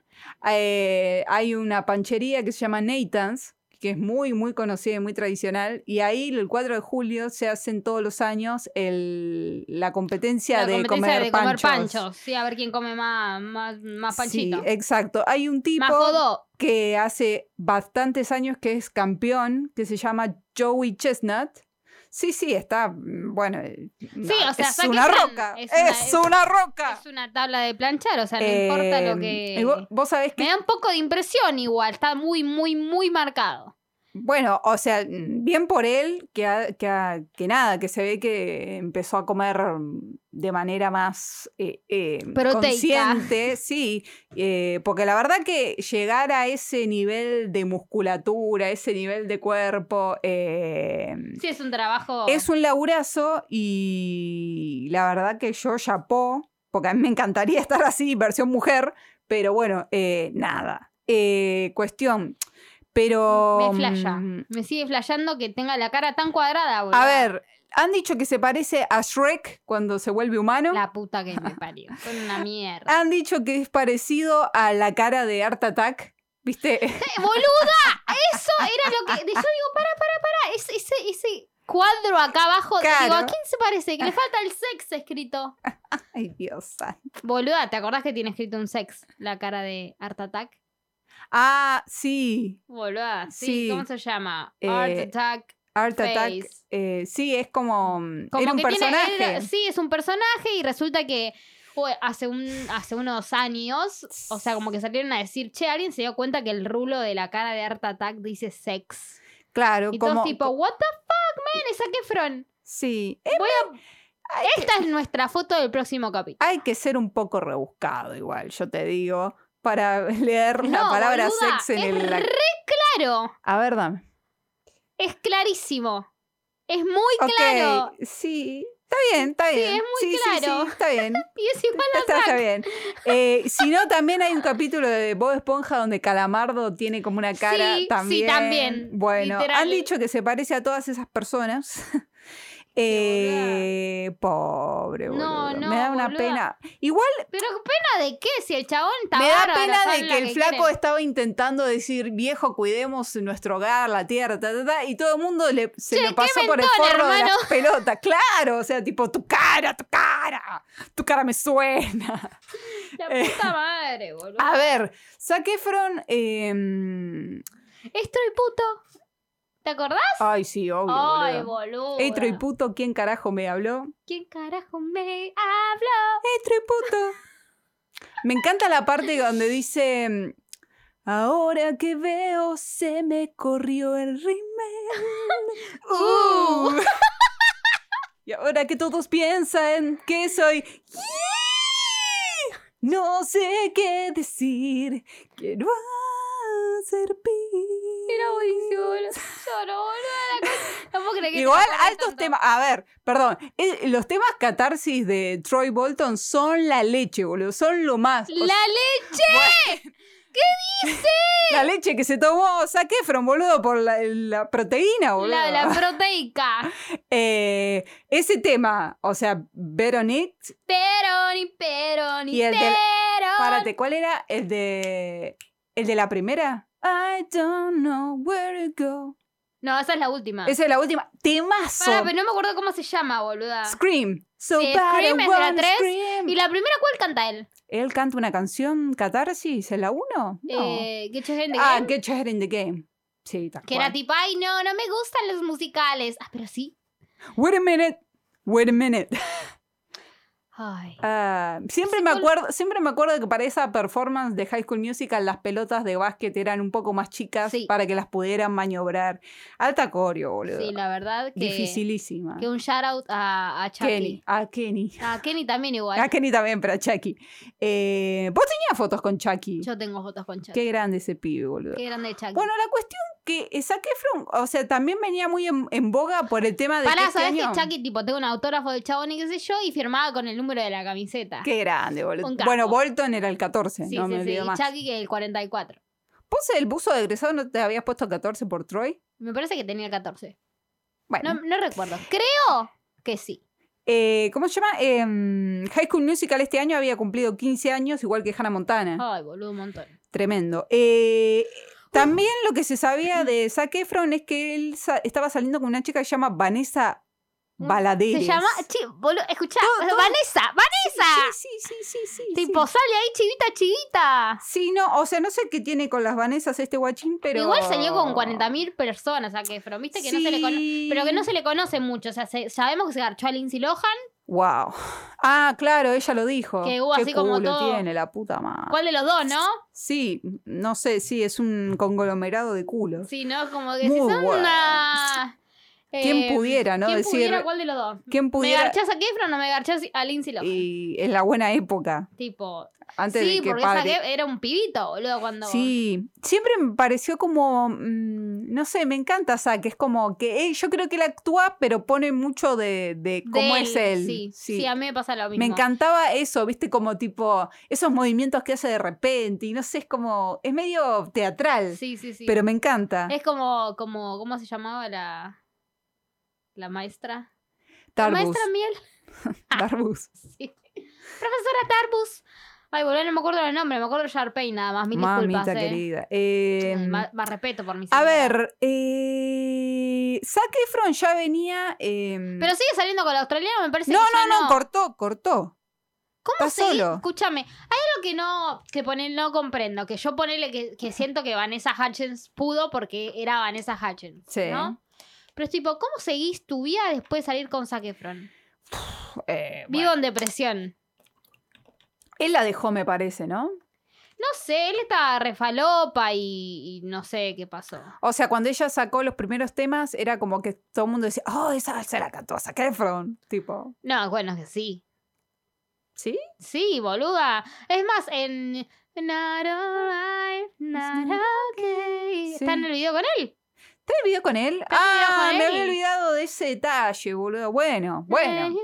Speaker 1: eh, hay una panchería que se llama Nathan's, que es muy, muy conocida y muy tradicional. Y ahí, el 4 de julio, se hacen todos los años el- la competencia,
Speaker 2: La
Speaker 1: de,
Speaker 2: competencia
Speaker 1: comer
Speaker 2: de comer
Speaker 1: panchos.
Speaker 2: panchos. Sí, a ver quién come más, más, más
Speaker 1: Sí,
Speaker 2: panchito.
Speaker 1: exacto. Hay un tipo
Speaker 2: más jodó.
Speaker 1: que hace bastantes años que es campeón, que se llama Joey Chestnut. Sí, sí, está, mm, bueno, eh, no,
Speaker 2: o sea,
Speaker 1: es
Speaker 2: Jackie
Speaker 1: una
Speaker 2: Chan
Speaker 1: roca,
Speaker 2: es
Speaker 1: es,
Speaker 2: una- es-
Speaker 1: una, roca.
Speaker 2: Es una tabla de planchar, o sea, no importa lo
Speaker 1: Ah. Eh,
Speaker 2: que.
Speaker 1: y vo- Vos sabés que,
Speaker 2: Me da un poco de impresión igual, está muy, muy, muy marcado.
Speaker 1: bueno, o sea, mm, bien por él, que, ha- que, ha- que nada, que se ve que empezó a comer mm, de manera más eh, eh,
Speaker 2: Proteica.
Speaker 1: consciente, sí, eh, porque la verdad que llegar a ese nivel de musculatura, ese nivel de cuerpo, eh,
Speaker 2: Sí, es un trabajo.
Speaker 1: Es un laburazo y la verdad que yo chapó, porque a mí me encantaría estar así, versión mujer, pero bueno, eh, nada. Eh, cuestión, pero...
Speaker 2: Me flasha.
Speaker 1: mm,
Speaker 2: Me sigue flasheando que tenga la cara tan cuadrada, boludo.
Speaker 1: A ver, han dicho que se parece a Shrek cuando se vuelve humano.
Speaker 2: La puta que me parió. Son una mierda.
Speaker 1: Han dicho que es parecido a la cara de Art Attack. ¿Viste?
Speaker 2: ¡Eh, ¡Boluda! Eso era lo que. Yo digo, para, para, para. Ese, ese, ese cuadro acá abajo.
Speaker 1: Claro.
Speaker 2: Digo, ¿a quién se parece? Que le falta el sex escrito.
Speaker 1: Ay, Dios. santo.
Speaker 2: Boluda, ¿te acordás que tiene escrito un sex? La cara de Art Attack.
Speaker 1: Ah, sí.
Speaker 2: Boluda, sí.
Speaker 1: Sí.
Speaker 2: ¿Cómo se llama?
Speaker 1: Eh,
Speaker 2: Art Attack.
Speaker 1: Art Attack.
Speaker 2: Face.
Speaker 1: eh, sí, es como... mm,
Speaker 2: Como
Speaker 1: era un
Speaker 2: que tiene-
Speaker 1: personaje.
Speaker 2: era- sí, es un personaje y resulta que o- hace, un, hace unos años, o sea, como que salieron a decir, che, alguien se dio cuenta que el rulo de la cara de Art Attack dice sex.
Speaker 1: Claro,
Speaker 2: Y
Speaker 1: como...
Speaker 2: todos tipo, what the fuck, man, es Zac Efron.
Speaker 1: Sí, eh,
Speaker 2: Voy a- Esta es nuestra foto del próximo capítulo.
Speaker 1: hay que ser un poco rebuscado igual, yo te digo, para leer la
Speaker 2: No,
Speaker 1: palabra
Speaker 2: boluda,
Speaker 1: sex en
Speaker 2: es
Speaker 1: el... la-
Speaker 2: re claro,
Speaker 1: A ver, dame.
Speaker 2: es clarísimo. Es muy
Speaker 1: Ok,
Speaker 2: claro.
Speaker 1: sí, está bien, está bien.
Speaker 2: es muy
Speaker 1: sí,
Speaker 2: claro.
Speaker 1: sí, está bien.
Speaker 2: Y es igual a
Speaker 1: Está, está
Speaker 2: Zac.
Speaker 1: bien. Eh, si no, también hay un capítulo de Bob Esponja donde Calamardo tiene como una cara
Speaker 2: Sí, sí,
Speaker 1: también.
Speaker 2: también,
Speaker 1: Bueno,
Speaker 2: literal.
Speaker 1: han dicho que se parece a todas esas personas. Eh, pobre,
Speaker 2: No,
Speaker 1: boludo.
Speaker 2: no,
Speaker 1: Me da una
Speaker 2: boluda.
Speaker 1: pena. Igual
Speaker 2: Pero pena de qué, si el chabón está
Speaker 1: Me da
Speaker 2: bárbaro,
Speaker 1: pena
Speaker 2: saben
Speaker 1: de
Speaker 2: la
Speaker 1: que el flaco
Speaker 2: quieren.
Speaker 1: estaba intentando decir, viejo, cuidemos nuestro hogar, la tierra, ta, ta, ta, y todo el mundo le, se
Speaker 2: Che,
Speaker 1: lo
Speaker 2: qué
Speaker 1: pasó por el
Speaker 2: mentón,
Speaker 1: forro de
Speaker 2: hermano.
Speaker 1: las pelotas. Claro, o sea, tipo, tu cara, tu cara, tu cara me suena.
Speaker 2: La
Speaker 1: eh,
Speaker 2: puta madre, boludo.
Speaker 1: A ver, Zac Efron, eh,
Speaker 2: Estoy puto. ¿Te acordás?
Speaker 1: ay, sí, obvio,
Speaker 2: Ay,
Speaker 1: boludo.
Speaker 2: boludo.
Speaker 1: Etro y puto, ¿quién carajo me habló?
Speaker 2: ¿Quién carajo me habla?
Speaker 1: Etro y puto. Me encanta la parte donde dice, em, ahora que veo, se me corrió el rímel.
Speaker 2: Uh.
Speaker 1: Uh. y ahora que todos piensan que soy... No sé qué decir, quiero hacer pis.
Speaker 2: Era buenísimo, boludo. Lloro, boludo. la cosa- No puedo creer que
Speaker 1: Igual
Speaker 2: te acuerdes
Speaker 1: altos
Speaker 2: tanto.
Speaker 1: temas, a ver, perdón, eh, los temas catarsis de Troy Bolton son la leche, boludo, son lo más. O
Speaker 2: ¡La leche!
Speaker 1: La leche que se tomó Zac Efron, boludo, por la, la proteína, boludo.
Speaker 2: La, la proteica.
Speaker 1: Eh, ese tema, o sea, Veronique,
Speaker 2: Peroni, peroni,
Speaker 1: Y el del-
Speaker 2: peroni.
Speaker 1: párate, ¿cuál era? El de. El de la primera. I don't know where to go.
Speaker 2: No, esa es la última.
Speaker 1: Esa es la última. Temazo.
Speaker 2: Pará, pero no me acuerdo cómo se llama, boluda.
Speaker 1: Scream. So
Speaker 2: Sí,
Speaker 1: bad I
Speaker 2: Scream es de la
Speaker 1: wanna
Speaker 2: tres.
Speaker 1: scream.
Speaker 2: ¿Y la primera cuál canta él?
Speaker 1: Él canta una canción, Catarsis, en la 1. No.
Speaker 2: Eh, Get Your Hand
Speaker 1: ah,
Speaker 2: Again.
Speaker 1: Get Your Head in the Game. Sí, tal
Speaker 2: Que
Speaker 1: cual.
Speaker 2: era tipo, ay, no, no me gustan los musicales. Ah, pero sí.
Speaker 1: Wait a minute. Wait a minute.
Speaker 2: Ay.
Speaker 1: Ah, siempre, me acuerdo, siempre me acuerdo que para esa performance de High School Musical las pelotas de básquet eran un poco más chicas
Speaker 2: Sí.
Speaker 1: para que las pudieran maniobrar. Alta coreo, boludo.
Speaker 2: Sí, la verdad que.
Speaker 1: Dificilísima.
Speaker 2: Que un shout out a, a Chucky.
Speaker 1: Kenny. Ah, A Kenny.
Speaker 2: A Kenny también igual.
Speaker 1: A Kenny también, pero a Chucky. Eh, Vos tenías fotos con Chucky.
Speaker 2: Yo tengo fotos con Chucky.
Speaker 1: Qué grande ese pibe, boludo.
Speaker 2: Qué grande Chucky.
Speaker 1: Bueno, la cuestión que Zac Efron, o sea, también venía muy en, en boga por el tema de que
Speaker 2: Pará,
Speaker 1: este
Speaker 2: ¿sabes
Speaker 1: año-
Speaker 2: que Chucky, tipo, tengo un autógrafo del chabón y qué sé yo, y firmaba con el número de la camiseta?
Speaker 1: Qué grande, boludo.
Speaker 2: Un capo.
Speaker 1: Bueno, Bolton era el 14,
Speaker 2: Sí,
Speaker 1: no
Speaker 2: sí,
Speaker 1: me
Speaker 2: sí.
Speaker 1: olvido
Speaker 2: Y
Speaker 1: más.
Speaker 2: Chucky que el 44.
Speaker 1: ¿Vos el buzo de egresado no te habías puesto 14 por Troy?
Speaker 2: Me parece que tenía el 14.
Speaker 1: Bueno,
Speaker 2: No, no recuerdo. Creo que sí.
Speaker 1: eh, ¿cómo se llama? Em, High School Musical este año había cumplido 15 años, igual que Hannah Montana.
Speaker 2: Ay, boludo, un montón.
Speaker 1: Tremendo. Eh, también lo que se
Speaker 2: Mm.
Speaker 1: sabía de Zac Efron es que él sa- estaba saliendo con una chica que se llama Vanessa Baladeres.
Speaker 2: Mm. Se llama. Chi, boludo, escuchá.
Speaker 1: Todo, todo.
Speaker 2: Vanessa, Vanessa.
Speaker 1: Sí, sí, sí, sí, sí.
Speaker 2: tipo,
Speaker 1: sí.
Speaker 2: sale ahí chivita, chivita.
Speaker 1: Sí, no, o sea, no sé qué tiene con las Vanessas este guachín, pero...
Speaker 2: Igual salió con 40.000 personas a Kefron, viste que no se le conoce. Pero que no se le conoce mucho, o sea, se- sabemos que se garchó a Lindsay Lohan.
Speaker 1: Wow. Ah, claro, ella lo dijo.
Speaker 2: Que hubo
Speaker 1: Qué
Speaker 2: así como
Speaker 1: culo
Speaker 2: todo-
Speaker 1: tiene la puta madre.
Speaker 2: ¿Cuál de los dos, no?
Speaker 1: Sí, no sé, sí, es un conglomerado de culos.
Speaker 2: Sí, ¿no? Como que
Speaker 1: Muy
Speaker 2: se
Speaker 1: bueno.
Speaker 2: una... eh,
Speaker 1: ¿Quién pudiera, no?
Speaker 2: ¿Quién
Speaker 1: Decir,
Speaker 2: pudiera cuál de los dos?
Speaker 1: ¿quién
Speaker 2: ¿Me
Speaker 1: pudiera?
Speaker 2: garchás a Kefron o me garchás a Lindsay Lohan?
Speaker 1: Y en la buena época,
Speaker 2: Tipo,
Speaker 1: antes
Speaker 2: sí,
Speaker 1: de que
Speaker 2: porque
Speaker 1: padre.
Speaker 2: esa que era un pibito, boludo, cuando...
Speaker 1: Sí, siempre me pareció como, mm, no sé, me encanta Zac, es como que eh, yo creo que él actúa, pero pone mucho de, de
Speaker 2: de
Speaker 1: cómo es él.
Speaker 2: Sí, sí, a mí me pasa lo mismo.
Speaker 1: me encantaba eso, viste, como tipo, esos movimientos que hace de repente, y no sé, es como, es medio teatral,
Speaker 2: Sí, sí, sí.
Speaker 1: pero me encanta.
Speaker 2: Es como, como, ¿cómo se llamaba la... La maestra? La
Speaker 1: Tarbus,
Speaker 2: maestra ah, Miel.
Speaker 1: Tarbus.
Speaker 2: Sí. Profesora Tarbus. Ay, boludo, no me acuerdo el nombre, me acuerdo de Sharpay nada más. Mil disculpas.
Speaker 1: Mamita
Speaker 2: eh.
Speaker 1: querida. Eh,
Speaker 2: Ay, más, más respeto por mis
Speaker 1: a ver, eh, Zac Efron ya venía... eh,
Speaker 2: Pero sigue saliendo con la australiana, me parece
Speaker 1: no,
Speaker 2: que ya
Speaker 1: no, no, cortó, cortó.
Speaker 2: ¿Cómo
Speaker 1: está
Speaker 2: seguir?
Speaker 1: solo.
Speaker 2: Escúchame, hay algo que no, que poner, no comprendo, que yo ponele que, que siento que Vanessa Hutchins pudo porque era Vanessa Hutchins,
Speaker 1: Sí.
Speaker 2: ¿no? Pero es tipo, ¿cómo seguís tu vida después de salir con Zac Efron?
Speaker 1: Eh,
Speaker 2: Vivo en depresión.
Speaker 1: Él la dejó, me parece, ¿no?
Speaker 2: No sé, él estaba refalopa y, y no sé qué pasó.
Speaker 1: O sea, cuando ella sacó los primeros temas, era como que todo el mundo decía, oh, esa se la cantó a Zac Efron. Tipo,
Speaker 2: No, bueno, que sí.
Speaker 1: ¿sí?
Speaker 2: Sí, boluda. Es más, en Not Alright, Not Okay.
Speaker 1: Sí.
Speaker 2: Está en el video con él.
Speaker 1: ¿Te el video con él?
Speaker 2: el video
Speaker 1: Ah,
Speaker 2: con
Speaker 1: me
Speaker 2: él. Eh,
Speaker 1: había olvidado de ese detalle, boludo. Bueno, bueno.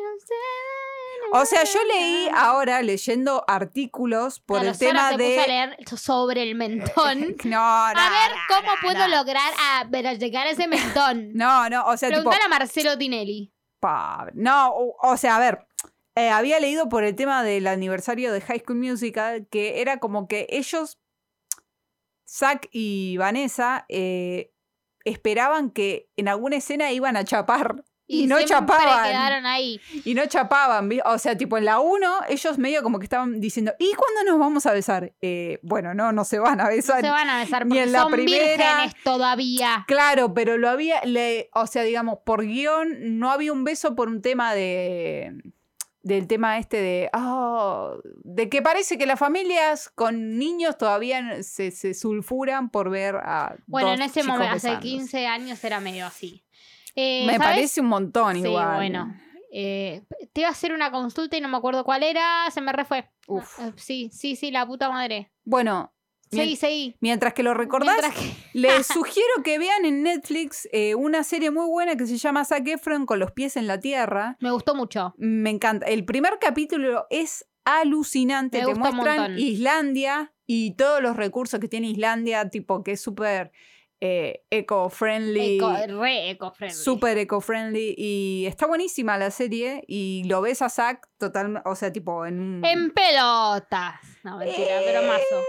Speaker 1: O sea, yo leí ahora leyendo artículos por
Speaker 2: Claro,
Speaker 1: el tema
Speaker 2: Sara se
Speaker 1: de.
Speaker 2: puso a leer sobre el mentón.
Speaker 1: No, no.
Speaker 2: a ver
Speaker 1: no,
Speaker 2: cómo
Speaker 1: no,
Speaker 2: puedo
Speaker 1: no.
Speaker 2: lograr a ver, a llegar a ese mentón.
Speaker 1: No, no, o sea, tipo.
Speaker 2: Preguntar a Marcelo Tinelli.
Speaker 1: pa- No, o, o sea, a ver. eh, había leído por el tema del aniversario de High School Musical que era como que ellos, Zack y Vanessa, eh, esperaban que en alguna escena iban a chapar. Y no
Speaker 2: siempre
Speaker 1: chapaban.
Speaker 2: quedaron ahí.
Speaker 1: Y no chapaban, ¿vi? o sea, tipo en la 1 ellos medio como que estaban diciendo, ¿y cuándo nos vamos a besar? Eh, bueno, no, no se van a
Speaker 2: No
Speaker 1: besar.
Speaker 2: se van a besar
Speaker 1: ni
Speaker 2: porque
Speaker 1: en la
Speaker 2: son
Speaker 1: primera.
Speaker 2: vírgenes todavía.
Speaker 1: Claro, pero lo había, le- o sea, digamos, por guión no había un beso por un tema de... Del tema este de. "Oh", de que parece que las familias con niños todavía se, se sulfuran por ver a.
Speaker 2: Bueno,
Speaker 1: dos
Speaker 2: en ese
Speaker 1: chicos
Speaker 2: momento, hace
Speaker 1: besándose.
Speaker 2: 15 años era medio así. Eh,
Speaker 1: Me
Speaker 2: ¿sabes?
Speaker 1: parece un montón
Speaker 2: Sí,
Speaker 1: igual.
Speaker 2: bueno. Eh, te iba a hacer una consulta y no me acuerdo cuál era, se me refue.
Speaker 1: Uf.
Speaker 2: Ah, eh, Sí, sí, sí, la puta madre.
Speaker 1: Bueno, mien-
Speaker 2: Seguí, seguí.
Speaker 1: mientras que lo recordás,
Speaker 2: Mientras que-
Speaker 1: Les sugiero que vean en Netflix eh, una serie muy buena que se llama Zac Efron con los pies en la tierra.
Speaker 2: Me gustó mucho.
Speaker 1: Me encanta. El primer capítulo es alucinante.
Speaker 2: Me
Speaker 1: Te
Speaker 2: gusta un
Speaker 1: muestran
Speaker 2: montón.
Speaker 1: Islandia y todos los recursos que tiene Islandia, tipo que es súper eh, eco-friendly.
Speaker 2: Eco, eh, re eco-friendly.
Speaker 1: Súper eco-friendly. Y está buenísima la serie. Y lo ves a Zac totalmente. O sea, tipo en un.
Speaker 2: En pelotas. No, mentira, pero
Speaker 1: Eh,
Speaker 2: mazo.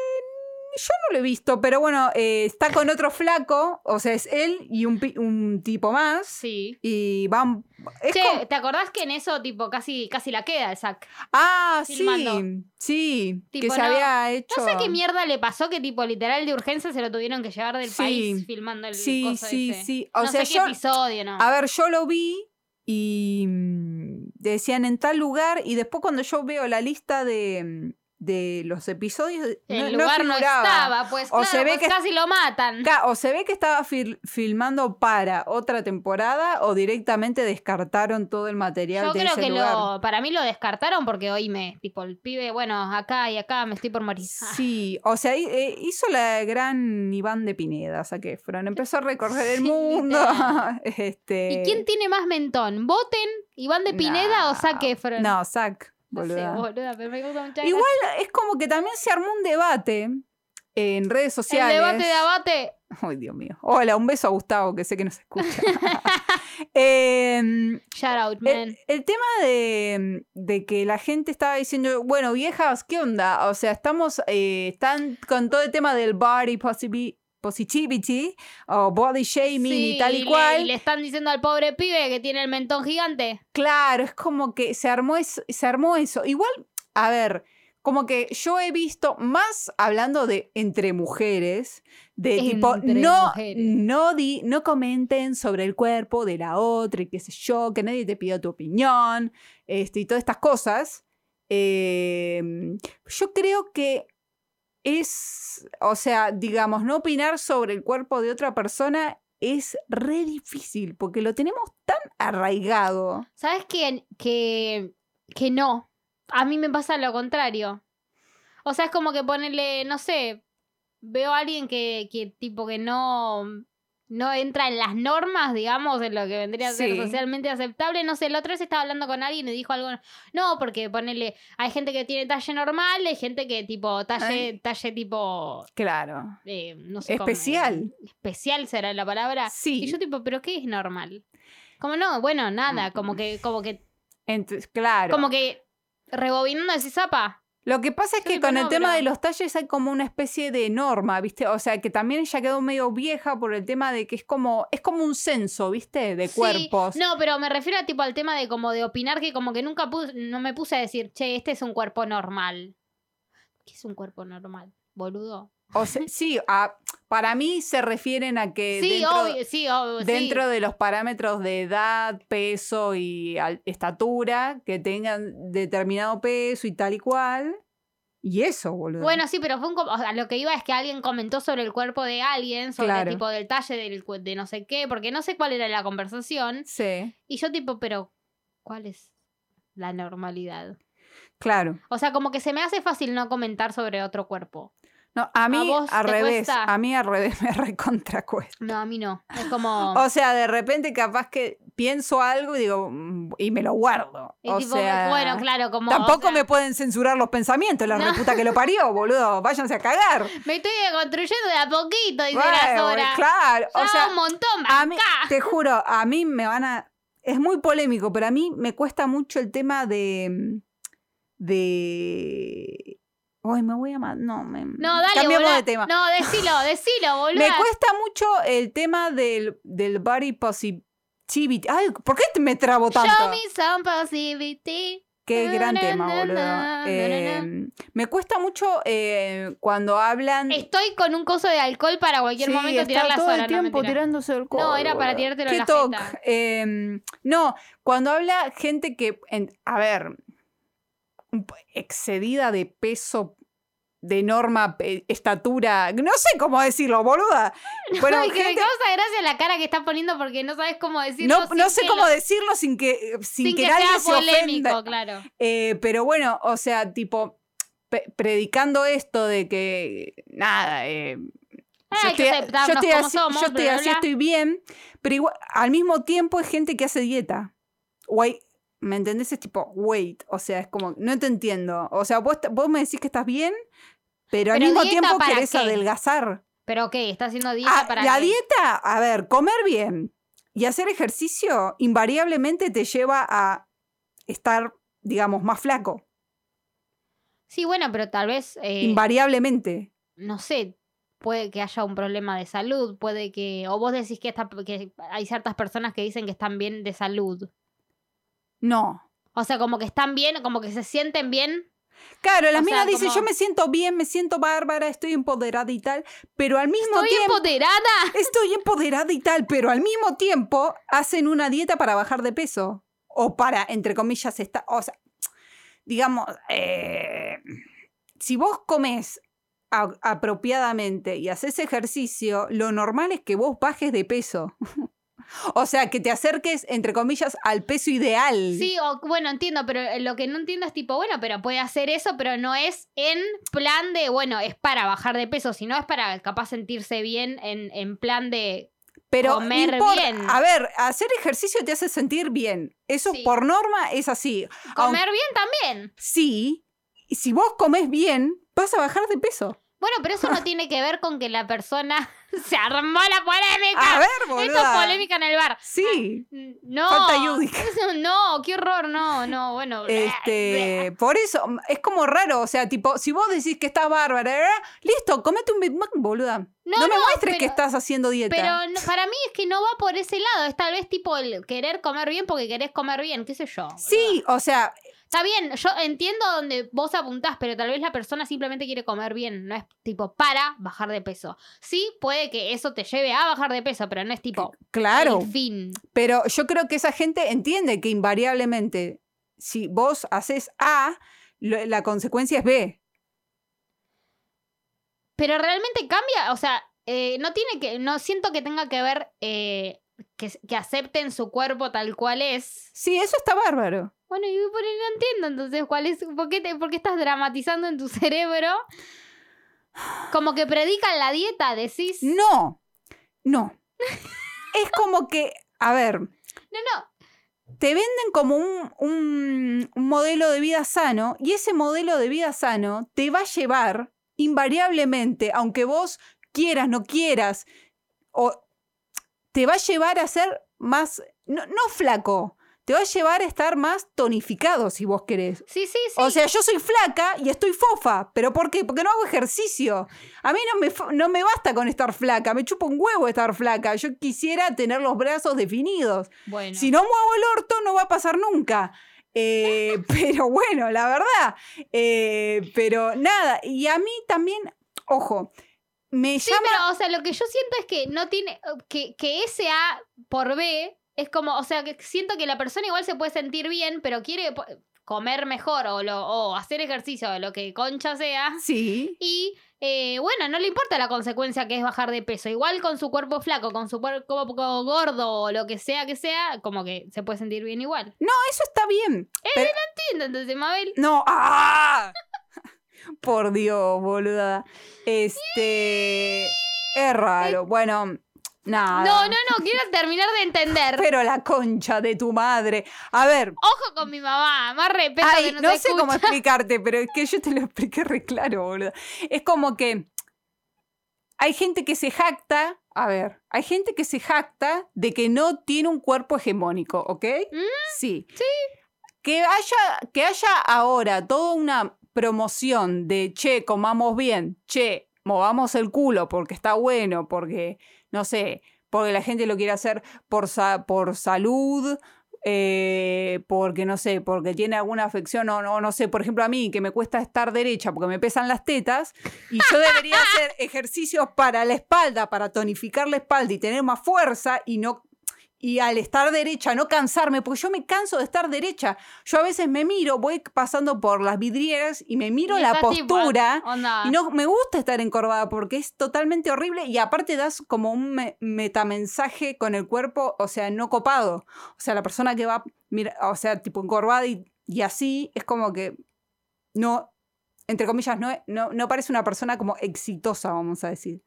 Speaker 1: Yo no lo he visto, pero bueno, eh, está con otro flaco. O sea, es él y un, pi- un tipo más.
Speaker 2: Sí.
Speaker 1: Y van. es
Speaker 2: Che,
Speaker 1: como-
Speaker 2: ¿te acordás que en eso, tipo, casi, casi la queda el sac?
Speaker 1: ah,
Speaker 2: filmando.
Speaker 1: sí. Sí.
Speaker 2: Tipo,
Speaker 1: que se
Speaker 2: no-
Speaker 1: había hecho.
Speaker 2: No sé qué mierda le pasó que, tipo, literal de urgencia se lo tuvieron que llevar del
Speaker 1: Sí.
Speaker 2: país filmando el
Speaker 1: Sí,
Speaker 2: coso
Speaker 1: sí,
Speaker 2: ese.
Speaker 1: sí. O
Speaker 2: no
Speaker 1: sea,
Speaker 2: sé
Speaker 1: yo.
Speaker 2: qué episodio, no.
Speaker 1: A ver, yo lo vi y. mm, decían en tal lugar y después cuando yo veo la lista de, mm, de los episodios eh,
Speaker 2: El lugar no,
Speaker 1: figuraba.
Speaker 2: estaba, pues
Speaker 1: O
Speaker 2: claro,
Speaker 1: se ve
Speaker 2: pues
Speaker 1: que-
Speaker 2: casi lo matan.
Speaker 1: Ca- O se ve que estaba fil- filmando para otra temporada o directamente descartaron todo el material
Speaker 2: Yo
Speaker 1: de
Speaker 2: creo
Speaker 1: ese
Speaker 2: que
Speaker 1: lugar.
Speaker 2: lo, para mí lo descartaron porque hoy me, tipo, el pibe, bueno, acá y acá me estoy por morir. Ah.
Speaker 1: Sí, o sea, hi- eh, hizo la gran Iván de Pineda, Zac Efron. Empezó a recorrer el
Speaker 2: Sí,
Speaker 1: mundo.
Speaker 2: literal.
Speaker 1: este...
Speaker 2: ¿Y quién tiene más mentón? ¿Voten? ¿Iván de Pineda o
Speaker 1: Nah.
Speaker 2: Zac Efron?
Speaker 1: No, Zac,
Speaker 2: No sé,
Speaker 1: boluda.
Speaker 2: boluda, pero me causa mucha
Speaker 1: Igual es como que también se armó un debate en redes
Speaker 2: gracia. El
Speaker 1: sociales.
Speaker 2: debate de abate.
Speaker 1: Ay, Dios mío. Hola, un beso a Gustavo, que sé que nos escucha. Em,
Speaker 2: Shout out, man.
Speaker 1: el, el tema de, de que la gente estaba diciendo, bueno, viejas, ¿qué onda? O sea, estamos eh, están con todo el tema del body posibi- positivity o body shaming y
Speaker 2: Sí,
Speaker 1: tal y
Speaker 2: le-
Speaker 1: cual.
Speaker 2: y le están diciendo al pobre pibe que tiene el mentón gigante.
Speaker 1: Claro, es como que se armó eso, se armó eso. Igual, a ver, como que yo he visto más hablando de entre mujeres, de tipo
Speaker 2: Entre
Speaker 1: no
Speaker 2: mujeres.
Speaker 1: no di, no comenten sobre el cuerpo de la otra y qué sé yo, que nadie te pida tu opinión, este y todas estas cosas. Eh, yo creo que es, o sea, digamos, no opinar sobre el cuerpo de otra persona es re difícil porque lo tenemos tan arraigado.
Speaker 2: ¿Sabes qué? Que, que no. A mí me pasa lo contrario. O sea, es como que ponerle, no sé, veo a alguien que, que tipo que no, no entra en las normas, digamos, en lo que vendría a ser
Speaker 1: Sí.
Speaker 2: socialmente aceptable. No sé, la otra vez estaba hablando con alguien y dijo algo, no, porque ponerle, hay gente que tiene talle normal, hay gente que tipo, talle,
Speaker 1: Ay.
Speaker 2: talle tipo,
Speaker 1: Claro.
Speaker 2: eh, no sé. cómo-
Speaker 1: Especial.
Speaker 2: especial será la palabra.
Speaker 1: Sí.
Speaker 2: Ah, Y yo tipo, ¿pero qué es normal? Como no, bueno, nada, como que, como que,
Speaker 1: Ent- claro.
Speaker 2: como que rebobinando ese zapa.
Speaker 1: Lo que pasa es
Speaker 2: Yo
Speaker 1: que
Speaker 2: digo,
Speaker 1: con el
Speaker 2: no,
Speaker 1: tema
Speaker 2: pero-
Speaker 1: de los talles hay como una especie de norma, ¿viste? O sea, que también ya quedó medio vieja por el tema de que es como es como un censo, ¿viste? De
Speaker 2: Sí,
Speaker 1: cuerpos.
Speaker 2: No, pero me refiero a tipo al tema de como de opinar que como que nunca puse, no me puse a decir, che, este es un cuerpo normal. ¿Qué es un cuerpo normal? Boludo.
Speaker 1: O sea, sí, a- para mí se refieren a que
Speaker 2: sí,
Speaker 1: Eh, dentro,
Speaker 2: obvio, sí, obvio. sí.
Speaker 1: dentro de los parámetros de edad, peso y al- estatura, que tengan determinado peso y tal y cual. Y eso, boludo.
Speaker 2: Bueno, sí, pero fue un com- o sea, lo que iba es que alguien comentó sobre el cuerpo de alguien, sobre
Speaker 1: Claro.
Speaker 2: tipo del talle del, cu- de no sé qué, porque no sé cuál era la conversación.
Speaker 1: Sí,
Speaker 2: Y yo tipo, pero ¿cuál es la normalidad?
Speaker 1: claro.
Speaker 2: O sea, como que se me hace fácil no comentar sobre otro cuerpo.
Speaker 1: No, a mí
Speaker 2: vos
Speaker 1: al
Speaker 2: te
Speaker 1: revés,
Speaker 2: cuesta?
Speaker 1: a mí al revés me recontracuesta.
Speaker 2: No, a mí no. Es como...
Speaker 1: O sea, de repente capaz que pienso algo y digo, "Mm", y me lo guardo.
Speaker 2: es
Speaker 1: O
Speaker 2: tipo,
Speaker 1: sea,
Speaker 2: bueno, claro, como... o
Speaker 1: tampoco
Speaker 2: sea,
Speaker 1: me pueden censurar los pensamientos, la
Speaker 2: No.
Speaker 1: reputa que lo parió, boludo. Váyanse a cagar.
Speaker 2: me estoy construyendo de a poquito, dice la
Speaker 1: Bueno,
Speaker 2: Sora.
Speaker 1: claro.
Speaker 2: Ya
Speaker 1: O sea,
Speaker 2: un montón,
Speaker 1: a mí,
Speaker 2: bancá.
Speaker 1: te juro, a mí me van a. Es muy polémico, pero a mí me cuesta mucho el tema de. de. Ay, me voy a. ma- No, me,
Speaker 2: No, dale,
Speaker 1: cambiamos
Speaker 2: boluda.
Speaker 1: de tema.
Speaker 2: No, decilo, decilo, boludo.
Speaker 1: Me cuesta mucho el tema del, del body positivity. Ay, ¿por qué te- me trabo tanto?
Speaker 2: Show me some positivity.
Speaker 1: Qué
Speaker 2: Na,
Speaker 1: gran
Speaker 2: na,
Speaker 1: tema,
Speaker 2: na,
Speaker 1: boludo.
Speaker 2: na, na,
Speaker 1: Eh, me cuesta mucho eh, cuando hablan.
Speaker 2: Estoy con un coso de alcohol para cualquier
Speaker 1: Sí,
Speaker 2: momento
Speaker 1: está
Speaker 2: tirar la
Speaker 1: todo
Speaker 2: Sora.
Speaker 1: el tiempo
Speaker 2: no, mentira.
Speaker 1: tirándose el codo,
Speaker 2: era para
Speaker 1: boludo.
Speaker 2: tirártelo en
Speaker 1: Qué
Speaker 2: la
Speaker 1: toc.
Speaker 2: jeta.
Speaker 1: Eh, no, cuando habla gente que, en- a ver, un po- excedida de peso, de norma, pe- estatura, no sé cómo decirlo, boluda. Bueno,
Speaker 2: Ay, que me
Speaker 1: gente-
Speaker 2: causa gracia la cara que estás poniendo porque no sabes cómo decirlo.
Speaker 1: no, no
Speaker 2: sin
Speaker 1: sé
Speaker 2: que
Speaker 1: cómo
Speaker 2: lo-
Speaker 1: decirlo sin que, eh, sin que,
Speaker 2: sea
Speaker 1: nadie se
Speaker 2: polémico,
Speaker 1: ofenda.
Speaker 2: claro.
Speaker 1: Eh, pero bueno, o sea, tipo, pe- predicando esto de que, nada, eh,
Speaker 2: Ah,
Speaker 1: yo
Speaker 2: hay que
Speaker 1: estoy,
Speaker 2: aceptarnos
Speaker 1: yo estoy
Speaker 2: como
Speaker 1: así,
Speaker 2: somos,
Speaker 1: yo estoy
Speaker 2: bla,
Speaker 1: así,
Speaker 2: bla.
Speaker 1: estoy bien, pero igual, al mismo tiempo hay gente que hace dieta. O hay- ¿me entendés? Es tipo, wait, o sea, es como, no te entiendo. O sea, vos, vos me decís que estás bien, pero al
Speaker 2: Pero
Speaker 1: mismo
Speaker 2: ¿dieta
Speaker 1: tiempo
Speaker 2: para
Speaker 1: querés
Speaker 2: qué?
Speaker 1: adelgazar.
Speaker 2: Pero ¿qué? ¿Está haciendo dieta
Speaker 1: Ah,
Speaker 2: para
Speaker 1: la
Speaker 2: qué?
Speaker 1: dieta, a ver, comer bien y hacer ejercicio invariablemente te lleva a estar, digamos, más flaco.
Speaker 2: Sí, bueno, pero tal vez, eh,
Speaker 1: invariablemente.
Speaker 2: no sé, puede que haya un problema de salud, puede que... O vos decís que, esta- que hay ciertas personas que dicen que están bien de salud.
Speaker 1: No.
Speaker 2: O sea, como que están bien, como que se sienten bien.
Speaker 1: Claro, las
Speaker 2: O
Speaker 1: minas
Speaker 2: sea,
Speaker 1: dicen,
Speaker 2: como-
Speaker 1: yo me siento bien, me siento bárbara, estoy empoderada y tal, pero al mismo
Speaker 2: Estoy
Speaker 1: tiempo...
Speaker 2: empoderada.
Speaker 1: Estoy empoderada y tal, pero al mismo tiempo hacen una dieta para bajar de peso. o para, entre comillas, está, o sea, digamos, eh, si vos comes a- apropiadamente y haces ejercicio, lo normal es que vos bajes de peso. o sea, que te acerques, entre comillas, al peso ideal.
Speaker 2: Sí, o, bueno, entiendo, pero eh, lo que no entiendo es tipo, bueno, pero puede hacer eso, pero no es en plan de, bueno, es para bajar de peso, sino es para capaz sentirse bien en, en plan de...
Speaker 1: Pero
Speaker 2: Comer
Speaker 1: no importa.
Speaker 2: bien.
Speaker 1: A ver, hacer ejercicio te hace sentir bien. Eso
Speaker 2: Sí.
Speaker 1: por norma es así.
Speaker 2: Comer bien también.
Speaker 1: Sí, y si vos comés bien, vas a bajar de peso.
Speaker 2: Bueno, pero eso no tiene que ver con que la persona se armó la
Speaker 1: A
Speaker 2: polémica.
Speaker 1: ver, boluda.
Speaker 2: Esto es polémica en el bar.
Speaker 1: Sí.
Speaker 2: No.
Speaker 1: Falta Yudica.
Speaker 2: Eso no, qué horror, no, no, bueno.
Speaker 1: Este, por eso es como raro, o sea, tipo, si vos decís que estás bárbara, eh, listo, comete un Big Mac, boluda. No,
Speaker 2: No,
Speaker 1: me muestres
Speaker 2: pero-
Speaker 1: que estás haciendo dieta.
Speaker 2: Pero no- para mí es que no va por ese lado. Es tal vez tipo el querer comer bien porque querés comer bien, qué sé yo.
Speaker 1: sí, o sea,
Speaker 2: Está bien, yo entiendo donde vos apuntás, pero tal vez la persona simplemente quiere comer bien, no es tipo para bajar de peso. Sí, puede que eso te lleve a bajar de peso, pero no es tipo
Speaker 1: claro,
Speaker 2: el fin.
Speaker 1: pero yo creo que esa gente entiende que invariablemente si vos haces A, lo- la consecuencia es B.
Speaker 2: Pero realmente cambia, o sea, eh, no tiene que, no siento que tenga que ver eh, que, que acepten su cuerpo tal cual es.
Speaker 1: Sí, eso está bárbaro.
Speaker 2: Bueno, yo por ahí no entiendo entonces cuál es, por qué, te- por qué estás dramatizando en tu cerebro. Como que predican la dieta, decís. No,
Speaker 1: No, no. es como que, a ver,
Speaker 2: no,
Speaker 1: te venden como un, un- un modelo de vida sano y ese modelo de vida sano te va a llevar invariablemente, aunque vos quieras, no quieras, o te va a llevar a ser más, no, no flaco, te va a llevar a estar más tonificado si vos querés.
Speaker 2: sí, sí, sí.
Speaker 1: O sea, yo soy flaca y estoy fofa. ¿Pero por qué? Porque no hago ejercicio. A mí no me, fa- no me basta con estar flaca. Me chupa un huevo estar flaca. Yo quisiera tener los brazos definidos.
Speaker 2: bueno.
Speaker 1: Si no muevo el orto, no va a pasar nunca. Eh, pero bueno, la verdad. Eh, pero nada, y a mí también, ojo, me
Speaker 2: Sí,
Speaker 1: llama...
Speaker 2: pero, o sea, lo que yo siento es que no tiene. Que, que ese A por B es como. O sea, que siento que la persona igual se puede sentir bien, pero quiere po- comer mejor o, lo, o hacer ejercicio o lo que concha sea.
Speaker 1: Sí,
Speaker 2: Y eh, bueno, no le importa la consecuencia que es bajar de peso. Igual con su cuerpo flaco, con su cuerpo gordo o lo que sea que sea, como que se puede sentir bien igual.
Speaker 1: eso está bien.
Speaker 2: Entiendo, entonces, Mabel.
Speaker 1: No, ¡ah! Por Dios, boluda. Este... Es raro. Bueno, nada.
Speaker 2: No, no, no, quiero terminar de entender.
Speaker 1: Ah. Pero la concha de tu madre. A ver,
Speaker 2: Ojo con mi mamá, más respeto
Speaker 1: Ay,
Speaker 2: que no,
Speaker 1: no
Speaker 2: te
Speaker 1: sé cómo
Speaker 2: escucha.
Speaker 1: explicarte, pero es que yo te lo expliqué re claro, boludo. Es como que hay gente que se jacta, a ver, hay gente que se jacta de que no tiene un cuerpo hegemónico, ¿ok?
Speaker 2: Mm,
Speaker 1: sí. Sí. Que haya, que haya ahora toda una promoción de, che, comamos bien, che, movamos el culo porque está bueno, porque, no sé, porque la gente lo quiere hacer por, sa- por salud, eh, porque no sé, porque tiene alguna afección o no, no sé, por ejemplo a mí que me cuesta estar derecha porque me pesan las tetas y yo debería hacer ejercicios para la espalda, para tonificar la espalda y tener más fuerza y no y al estar derecha no cansarme, porque yo me canso de estar derecha. Yo a veces me miro, voy pasando por las vidrieras y me miro
Speaker 2: Y
Speaker 1: la
Speaker 2: estás tipo,
Speaker 1: postura.
Speaker 2: onda.
Speaker 1: Y no me gusta estar encorvada porque es totalmente horrible y aparte das como un me- metamensaje con el cuerpo, o sea, no copado. O sea, la persona que va, mira, o sea, tipo encorvada y, y así es como que no, entre comillas, no, no, no parece una persona como exitosa, vamos a decir.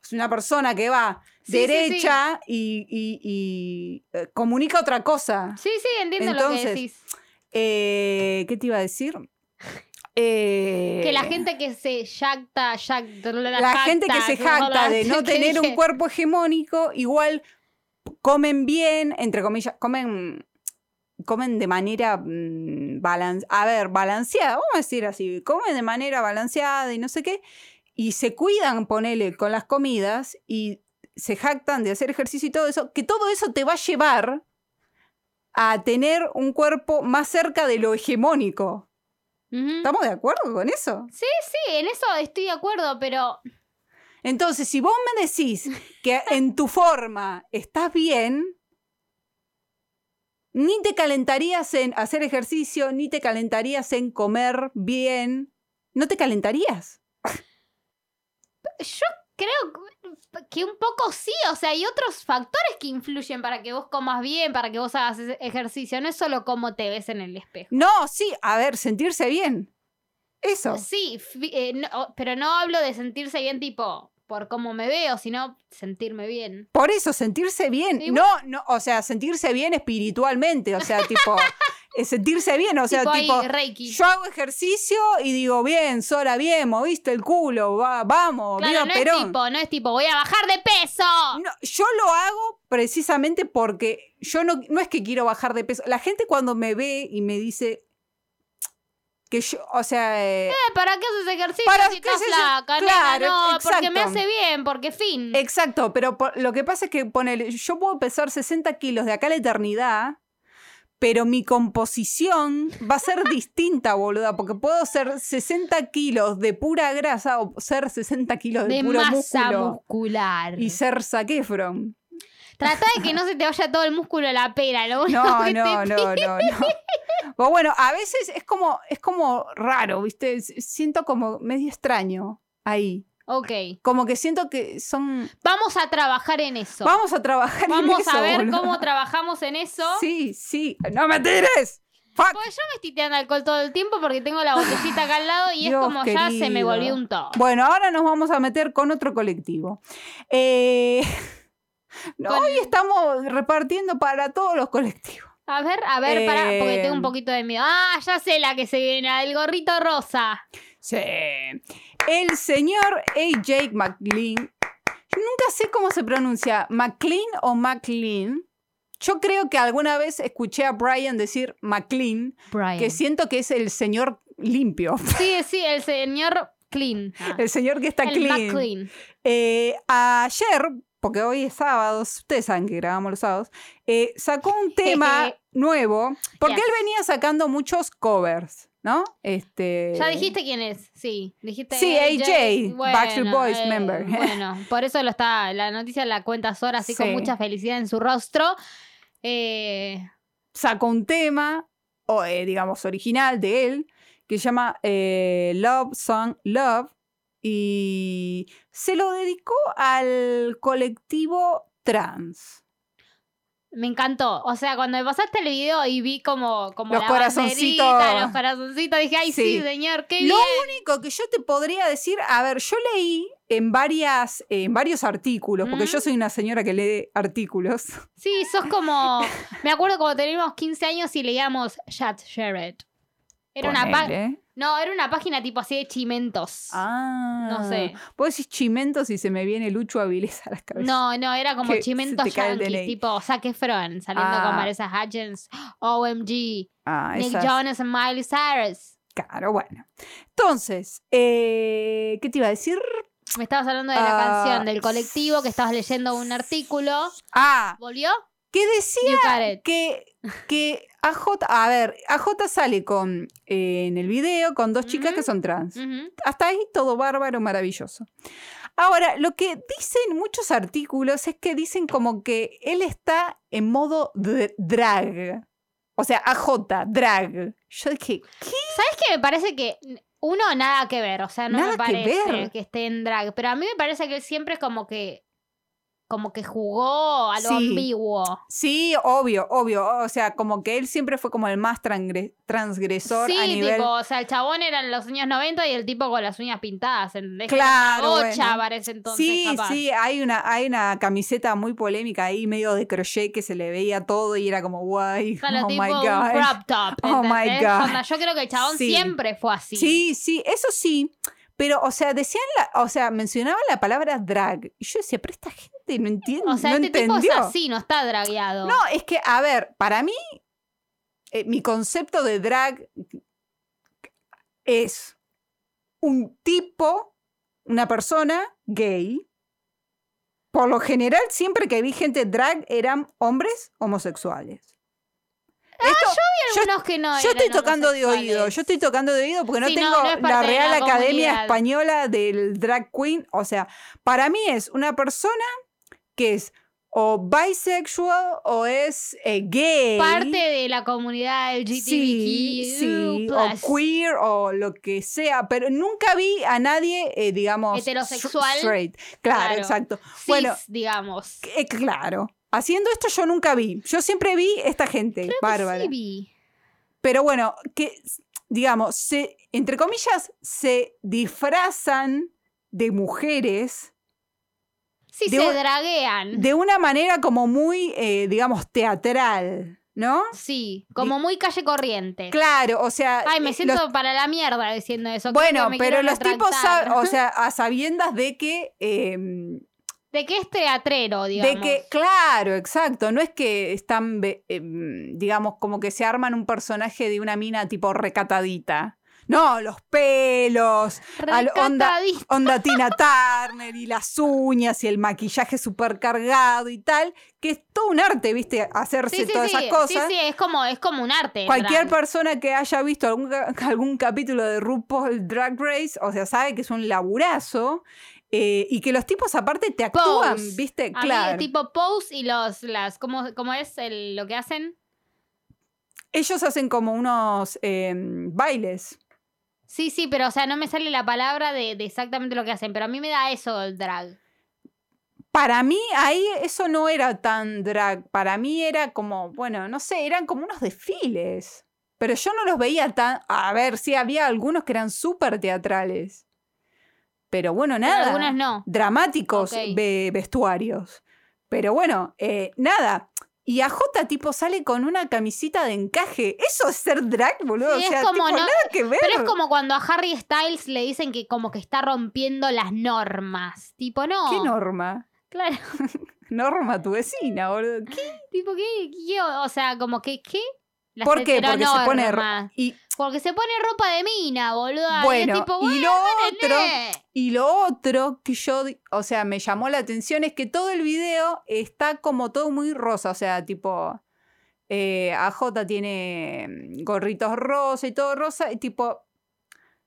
Speaker 1: Es una persona que va
Speaker 2: Sí, sí,
Speaker 1: derecha y- y, y, eh, comunica otra cosa.
Speaker 2: Sí, sí, entiendo lo que
Speaker 1: Entonces,
Speaker 2: decís.
Speaker 1: Eh, ¿Qué te iba a decir? Eh,
Speaker 2: Que la gente que se jacta, jacta,
Speaker 1: la gente que se jacta de no tener un cuerpo hegemónico, igual comen bien, entre comillas, comen comen de manera mm, balan- a ver, balanceada, vamos a decir así, comen de manera balanceada y no sé qué, y se cuidan, ponele, con las comidas y se jactan de hacer ejercicio y todo eso, que todo eso te va a llevar a tener un cuerpo más cerca de lo hegemónico.
Speaker 2: Ujú.
Speaker 1: ¿Estamos de acuerdo con eso?
Speaker 2: Sí, en eso estoy de acuerdo, pero
Speaker 1: Entonces, si vos me decís que en tu forma estás bien, Ni te calentarías en hacer ejercicio, ni te calentarías en comer bien. No te calentarías.
Speaker 2: Yo creo que un poco sí, o sea, hay otros factores que influyen para que vos comas bien, para que vos hagas ese ejercicio, no es solo cómo te ves en el espejo.
Speaker 1: No, sí, a ver, sentirse bien. Eso.
Speaker 2: Sí, fi- eh, no- pero no hablo de sentirse bien tipo por cómo me veo, sino sentirme bien.
Speaker 1: Por eso, sentirse bien.
Speaker 2: Y
Speaker 1: no, no, o sea, sentirse bien espiritualmente. O sea, tipo, eh, sentirse bien. O sea,
Speaker 2: tipo,
Speaker 1: tipo,
Speaker 2: ahí, Reiki.
Speaker 1: yo hago ejercicio y digo, bien, Sora, bien, moviste el culo, va, vamos, viva
Speaker 2: claro, no
Speaker 1: Perón.
Speaker 2: es tipo, no es tipo, voy a bajar de peso.
Speaker 1: No, yo lo hago precisamente porque yo no, no es que quiero bajar de peso. La gente cuando me ve y me dice que yo, o sea, eh,
Speaker 2: Eh, ¿Para qué haces ejercicio
Speaker 1: ¿Para
Speaker 2: si
Speaker 1: qué
Speaker 2: estás
Speaker 1: haces-
Speaker 2: flaca? nena?
Speaker 1: claro,
Speaker 2: no, porque me
Speaker 1: exacto.
Speaker 2: hace bien, porque fin.
Speaker 1: exacto, pero por- lo que pasa es que ponele, yo puedo pesar 60 kilos de acá a la eternidad, pero mi composición va a ser distinta, boluda, porque puedo ser 60 kilos de pura grasa o ser 60 kilos de,
Speaker 2: de
Speaker 1: puro
Speaker 2: masa
Speaker 1: músculo
Speaker 2: muscular.
Speaker 1: y ser saquefron.
Speaker 2: Trata de que no se te vaya todo el músculo a la pera, lo único
Speaker 1: No,
Speaker 2: que
Speaker 1: no,
Speaker 2: te
Speaker 1: no, no, no. Pero bueno, a veces es como, es como raro, ¿viste? S- Siento como medio extraño ahí.
Speaker 2: Ok,
Speaker 1: Como que siento que son.
Speaker 2: vamos a trabajar en eso.
Speaker 1: Vamos a trabajar en
Speaker 2: Vamos
Speaker 1: eso,
Speaker 2: a ver
Speaker 1: boludo.
Speaker 2: cómo trabajamos en eso.
Speaker 1: Sí, sí. ¡No me tires! ¡Fuck!
Speaker 2: Porque yo me estoy tirando alcohol todo el tiempo porque tengo la botellita acá al lado y
Speaker 1: Dios
Speaker 2: es como ya se me
Speaker 1: querido.
Speaker 2: volvió un todo.
Speaker 1: Bueno, ahora nos vamos a meter con otro colectivo. Eh, no,
Speaker 2: Con-
Speaker 1: Hoy estamos repartiendo para todos los colectivos.
Speaker 2: A ver, a ver, pará, porque
Speaker 1: Eh,
Speaker 2: tengo un poquito de miedo. Ah, ya sé la que se viene, la del gorrito rosa.
Speaker 1: Sí. El señor A.J. McLean. Nunca sé cómo se pronuncia, McLean o McLean. Yo creo que alguna vez escuché a Brian decir McLean,
Speaker 2: Brian.
Speaker 1: que siento que es el señor limpio,
Speaker 2: Sí, sí, el señor Clean. Ah,
Speaker 1: el señor que está
Speaker 2: el
Speaker 1: clean.
Speaker 2: McLean.
Speaker 1: Eh, ayer, porque hoy es sábado, ustedes saben que grabamos los sábados, eh, sacó un tema
Speaker 2: eh,
Speaker 1: nuevo, porque
Speaker 2: Yes.
Speaker 1: él venía sacando muchos covers, ¿no? Este,
Speaker 2: Ya dijiste quién es, sí. Dijiste
Speaker 1: Sí, AJ, Backstreet Boys member.
Speaker 2: eh, Bueno, por eso lo está, la noticia la cuenta Sora, así con
Speaker 1: Sí.
Speaker 2: mucha felicidad en su rostro. Eh,
Speaker 1: sacó un tema, o, eh, digamos, original de él, que se llama eh, Love Song Love, y se lo dedicó al colectivo trans.
Speaker 2: me encantó. O sea, cuando me pasaste el video y vi como, como
Speaker 1: Los
Speaker 2: la
Speaker 1: corazoncitos.
Speaker 2: banderita, los corazoncitos, dije, ay, sí,
Speaker 1: Sí.
Speaker 2: señor, qué
Speaker 1: Lo
Speaker 2: bien.
Speaker 1: único que yo te podría decir, a ver, yo leí en, varias, en varios artículos, porque
Speaker 2: ¿Mm?
Speaker 1: yo soy una señora que lee artículos.
Speaker 2: Sí, sos como. Me acuerdo cuando teníamos 15 años y leíamos Chat Sherrod. Era una, pa-
Speaker 1: Ponele.
Speaker 2: no, era una página tipo así de chimentos.
Speaker 1: Ah,
Speaker 2: No sé.
Speaker 1: Vos decís chimentos y se me viene Lucho Avilés a la cabeza.
Speaker 2: No, no, era como
Speaker 1: Que se te
Speaker 2: chimentos
Speaker 1: cae el
Speaker 2: yankees,
Speaker 1: DNI.
Speaker 2: tipo Zac Efron, saliendo
Speaker 1: Ah.
Speaker 2: con Marisa Hutchins, OMG,
Speaker 1: Ah,
Speaker 2: Nick
Speaker 1: esas-
Speaker 2: Jonas y Miley Cyrus.
Speaker 1: Claro, bueno. Entonces, eh, ¿qué te iba a decir?
Speaker 2: Me estabas hablando de la
Speaker 1: Ah.
Speaker 2: canción del colectivo, que estabas leyendo un artículo.
Speaker 1: Ah,
Speaker 2: ¿Volvió?
Speaker 1: que decía
Speaker 2: You got it.
Speaker 1: que, que AJ, a ver, AJ sale con, eh, en el video con dos chicas que
Speaker 2: Ujú.
Speaker 1: son trans.
Speaker 2: Ujú.
Speaker 1: Hasta ahí todo bárbaro, maravilloso. Ahora, lo que dicen muchos artículos es que dicen como que él está en modo dr- drag. O sea, AJ, drag. Yo dije, ¿qué?
Speaker 2: ¿Sabes qué? Me parece que uno nada que ver, o sea, no
Speaker 1: Nada
Speaker 2: me
Speaker 1: que
Speaker 2: parece que,
Speaker 1: ver.
Speaker 2: esté en drag, pero a mí me parece que él siempre como que como que jugó a lo
Speaker 1: Sí.
Speaker 2: ambiguo.
Speaker 1: Sí, obvio, obvio. O sea, como que él siempre fue como el más transgre- transgresor a
Speaker 2: sí,
Speaker 1: nivel.
Speaker 2: tipo, o sea, el chabón era en los años 90 y el tipo con las uñas pintadas, ¿entendés?
Speaker 1: Claro,
Speaker 2: Era una bocha
Speaker 1: bueno.
Speaker 2: para ese Oh, entonces,
Speaker 1: sí,
Speaker 2: capaz.
Speaker 1: sí, hay una, hay una camiseta muy polémica ahí, medio de crochet, que se le veía todo y era como, guay,
Speaker 2: Claro,
Speaker 1: oh
Speaker 2: tipo
Speaker 1: my
Speaker 2: un
Speaker 1: god.
Speaker 2: crop top.
Speaker 1: Oh my
Speaker 2: ¿entendés?
Speaker 1: God.
Speaker 2: Onda, yo creo que el chabón
Speaker 1: Sí.
Speaker 2: siempre fue así.
Speaker 1: Sí, sí, eso sí. Pero, o sea, decían la, o sea, mencionaban la palabra drag. Y yo decía, pero esta gente no entiende,
Speaker 2: O sea,
Speaker 1: no
Speaker 2: este
Speaker 1: entendió.
Speaker 2: tipo es así, no está dragueado.
Speaker 1: No, es que, a ver, para mí, eh, mi concepto de drag es un tipo, una persona gay. Por lo general, siempre que vi gente drag eran hombres homosexuales. Esto-
Speaker 2: Hay
Speaker 1: yo-
Speaker 2: algunos que no
Speaker 1: yo
Speaker 2: eran
Speaker 1: estoy tocando de
Speaker 2: homosexuales.
Speaker 1: oído, yo estoy tocando de oído porque no
Speaker 2: Sí, no,
Speaker 1: tengo
Speaker 2: no es parte
Speaker 1: la
Speaker 2: de la
Speaker 1: Real Academia
Speaker 2: comunidad.
Speaker 1: Española del Drag Queen. O sea, para mí es una persona que es o bisexual o es eh, gay.
Speaker 2: Parte de la comunidad LGTBQ.
Speaker 1: Sí,
Speaker 2: uh,
Speaker 1: sí, o queer o lo que sea, pero nunca vi a nadie, eh, digamos,
Speaker 2: Heterosexual.
Speaker 1: s- straight. Claro,
Speaker 2: Claro.
Speaker 1: exacto.
Speaker 2: cis,
Speaker 1: Bueno,
Speaker 2: digamos.
Speaker 1: eh, claro. Haciendo esto yo nunca vi. Yo siempre vi esta gente bárbara.
Speaker 2: Sí, vi.
Speaker 1: Pero bueno, que digamos, se, entre comillas, se disfrazan de mujeres
Speaker 2: Sí,
Speaker 1: De
Speaker 2: se
Speaker 1: un-
Speaker 2: draguean.
Speaker 1: de una manera como muy, eh, digamos, teatral, ¿no?
Speaker 2: Sí, como muy calle corriente.
Speaker 1: Claro, o sea.
Speaker 2: Ay, me
Speaker 1: eh, los-
Speaker 2: siento para la mierda diciendo eso. creo
Speaker 1: bueno,
Speaker 2: que me
Speaker 1: pero
Speaker 2: quiero
Speaker 1: los tipos,
Speaker 2: retractar.
Speaker 1: sab- o sea, a sabiendas de que, em,
Speaker 2: De que es teatrero, digamos.
Speaker 1: de que, claro, exacto, no es que están, ve- em, digamos, como que se arman un personaje de una mina tipo recatadita. No, los pelos, al onda-
Speaker 2: Recatadista.
Speaker 1: onda Tina Turner y las uñas y el maquillaje supercargado y tal, que es todo un arte, viste, hacerse
Speaker 2: Sí, sí,
Speaker 1: todas
Speaker 2: sí.
Speaker 1: esas cosas.
Speaker 2: Sí, sí, es como, es como un arte. el
Speaker 1: Cualquier
Speaker 2: drag.
Speaker 1: persona que haya visto algún, ca- algún capítulo de RuPaul Drag Race, o sea, sabe que es un laburazo eh, y que los tipos aparte te actúan,
Speaker 2: Pose.
Speaker 1: ¿viste?
Speaker 2: A mí
Speaker 1: claro.
Speaker 2: el tipo pose y los, las, ¿cómo, cómo es el- lo que hacen?
Speaker 1: Ellos hacen como unos eh, bailes.
Speaker 2: Sí, sí, pero o sea, no me sale la palabra de, de exactamente lo que hacen, pero a mí me da eso el drag.
Speaker 1: Para mí ahí eso no era tan drag, para mí era como, bueno, no sé, eran como unos desfiles. Pero yo no los veía tan... A ver, sí, había algunos que eran súper teatrales. Pero bueno,
Speaker 2: Pero
Speaker 1: nada.
Speaker 2: algunos no.
Speaker 1: dramáticos
Speaker 2: Ok.
Speaker 1: ve- vestuarios. Pero bueno, eh, nada. Y a J tipo sale con una camisita de encaje. Eso es ser drag, boludo. o
Speaker 2: Sí, es
Speaker 1: sea,
Speaker 2: como
Speaker 1: tipo,
Speaker 2: no-
Speaker 1: nada que ver.
Speaker 2: Pero es como cuando a Harry Styles le dicen que como que está rompiendo las normas. Tipo, no.
Speaker 1: ¿Qué norma?
Speaker 2: Claro.
Speaker 1: Norma tu vecina, boludo. ¿Qué?
Speaker 2: Tipo, ¿qué? qué? O o sea, como que, ¿qué? Las
Speaker 1: ¿Por qué? Porque se pone-
Speaker 2: heteronormas.
Speaker 1: Y
Speaker 2: Porque se pone ropa de mina, boluda.
Speaker 1: bueno,
Speaker 2: y es tipo,
Speaker 1: y
Speaker 2: bueno,
Speaker 1: lo otro,
Speaker 2: nené.
Speaker 1: y lo otro que yo, di- o sea, me llamó la atención es que todo el video está como todo muy rosa, o sea, tipo, eh, AJ tiene mm, gorritos rosa y todo rosa, y tipo,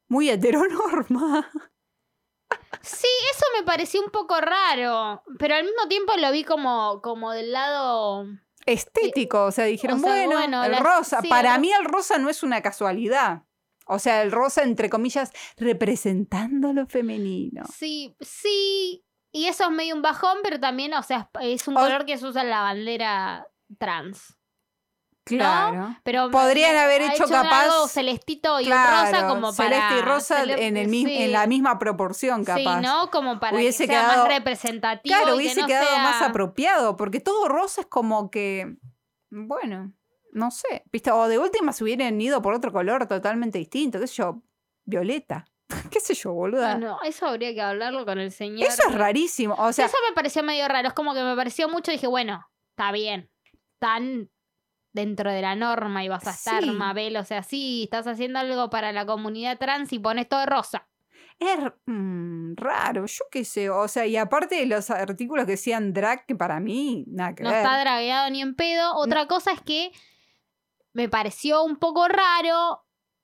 Speaker 1: muy heteronorma.
Speaker 2: Sí, eso me pareció un poco raro. Pero al mismo tiempo lo vi como, como del lado.
Speaker 1: estético. O sea, dijeron,
Speaker 2: sea,
Speaker 1: bueno,
Speaker 2: bueno,
Speaker 1: el
Speaker 2: la-
Speaker 1: rosa.
Speaker 2: sí,
Speaker 1: Para
Speaker 2: el-
Speaker 1: mí el rosa no es una casualidad. O sea, el rosa, entre comillas, representando lo femenino.
Speaker 2: Sí, sí. Y eso es medio un bajón, pero también, o sea, es un
Speaker 1: O-
Speaker 2: color que se usa en la bandera trans.
Speaker 1: Claro.
Speaker 2: Pero
Speaker 1: Podrían haber
Speaker 2: ha
Speaker 1: hecho capaz-
Speaker 2: algo celestito y un
Speaker 1: Claro,
Speaker 2: rosa como para.
Speaker 1: celeste y rosa
Speaker 2: cele-
Speaker 1: en, el mi-
Speaker 2: sí.
Speaker 1: en la misma proporción, capaz.
Speaker 2: Sí, ¿no? Como para
Speaker 1: Hubiese
Speaker 2: que sea
Speaker 1: quedado-
Speaker 2: más representativo. y
Speaker 1: Claro,
Speaker 2: que
Speaker 1: hubiese
Speaker 2: no
Speaker 1: quedado
Speaker 2: sea-
Speaker 1: más apropiado, porque todo rosa es como que, bueno, no sé, ¿viste? O de última se hubieran ido por otro color totalmente distinto, qué sé yo, violeta, qué sé yo, boluda.
Speaker 2: Bueno, eso habría que hablarlo con el señor.
Speaker 1: Eso es rarísimo, o sea,
Speaker 2: eso me pareció medio raro. Es como que me pareció mucho. Dije, bueno, está bien. Tan dentro de la norma y vas a estar,
Speaker 1: Sí.
Speaker 2: Mabel. O sea, sí, estás haciendo algo para la comunidad trans y pones todo rosa.
Speaker 1: Es r- mm, raro, yo qué sé. O sea, y aparte de los artículos que decían drag, que para mí, nada que
Speaker 2: No
Speaker 1: ver.
Speaker 2: está dragueado ni en pedo. Otra cosa es que me pareció un poco raro.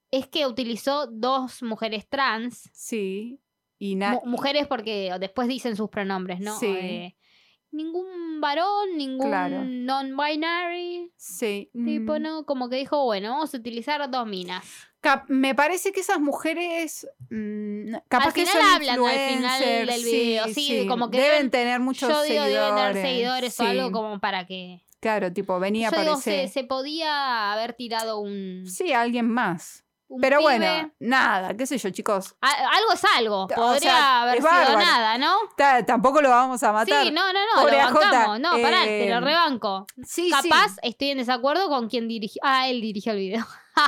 Speaker 2: Es que utilizó dos mujeres trans.
Speaker 1: Sí. Y nada.
Speaker 2: Mu- mujeres porque después dicen sus pronombres, ¿no?
Speaker 1: Sí.
Speaker 2: Eh, ningún varón, ningún
Speaker 1: Claro.
Speaker 2: non-binary.
Speaker 1: Sí.
Speaker 2: Tipo,
Speaker 1: mm.
Speaker 2: ¿no? Como que dijo, bueno, vamos a utilizar dos minas.
Speaker 1: Cap- me parece que esas mujeres. mm, capaz
Speaker 2: Al
Speaker 1: que
Speaker 2: final
Speaker 1: son
Speaker 2: hablan, al final
Speaker 1: influencers,
Speaker 2: del video,
Speaker 1: Sí,
Speaker 2: sí, como que
Speaker 1: deben
Speaker 2: deben-
Speaker 1: tener muchos
Speaker 2: Yo digo,
Speaker 1: seguidores.
Speaker 2: deben dar seguidores o
Speaker 1: sí.
Speaker 2: algo como para que.
Speaker 1: Claro, tipo, venía a
Speaker 2: Yo digo,
Speaker 1: aparecer.
Speaker 2: se, se podía haber tirado un.
Speaker 1: Sí, alguien más.
Speaker 2: un
Speaker 1: Pero bueno,
Speaker 2: pibe.
Speaker 1: nada, qué sé yo, chicos.
Speaker 2: A- algo es algo.
Speaker 1: O
Speaker 2: Podría
Speaker 1: sea,
Speaker 2: haber
Speaker 1: es
Speaker 2: sido
Speaker 1: bárbaro.
Speaker 2: nada, ¿no?
Speaker 1: Ta- tampoco lo vamos a matar.
Speaker 2: Sí, no, no, no.
Speaker 1: Pobre
Speaker 2: lo
Speaker 1: AJ,
Speaker 2: bancamos. No, pará, te
Speaker 1: eh,
Speaker 2: lo rebanco.
Speaker 1: Sí, sí.
Speaker 2: Capaz estoy en desacuerdo con quien dirigió. Ah, él dirigió el video.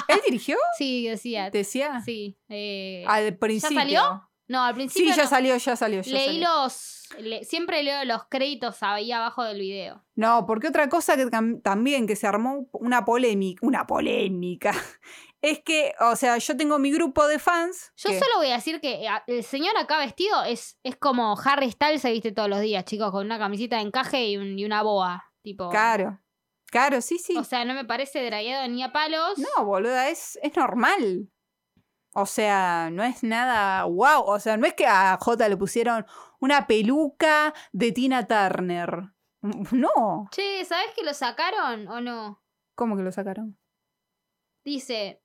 Speaker 1: ¿Él dirigió?
Speaker 2: Sí, decía.
Speaker 1: Decía.
Speaker 2: Sí. eh,
Speaker 1: Al principio.
Speaker 2: salió? No, al
Speaker 1: Ah, Sí,
Speaker 2: principio.
Speaker 1: ya
Speaker 2: no.
Speaker 1: salió, ya salió. ya
Speaker 2: Leí
Speaker 1: salió.
Speaker 2: los. le- siempre leo los créditos ahí abajo del video.
Speaker 1: No, porque otra cosa que tam- también que se armó una polémica, una polémica, es que, o sea, yo tengo mi grupo de fans.
Speaker 2: Yo
Speaker 1: que-
Speaker 2: solo voy a decir que eh, a- el señor acá vestido es, es como Harry Styles se viste todos los días, chicos, con una camiseta de encaje y, un- y una boa. Tipo.
Speaker 1: Claro, claro, sí, sí.
Speaker 2: O sea, no me parece dragueado ni a palos.
Speaker 1: no, boluda, es, es normal. O sea, no es nada wow. O sea, no es que a J le pusieron una peluca de Tina Turner. No.
Speaker 2: Che, ¿sabes que lo sacaron o no?
Speaker 1: ¿Cómo que lo sacaron?
Speaker 2: Dice.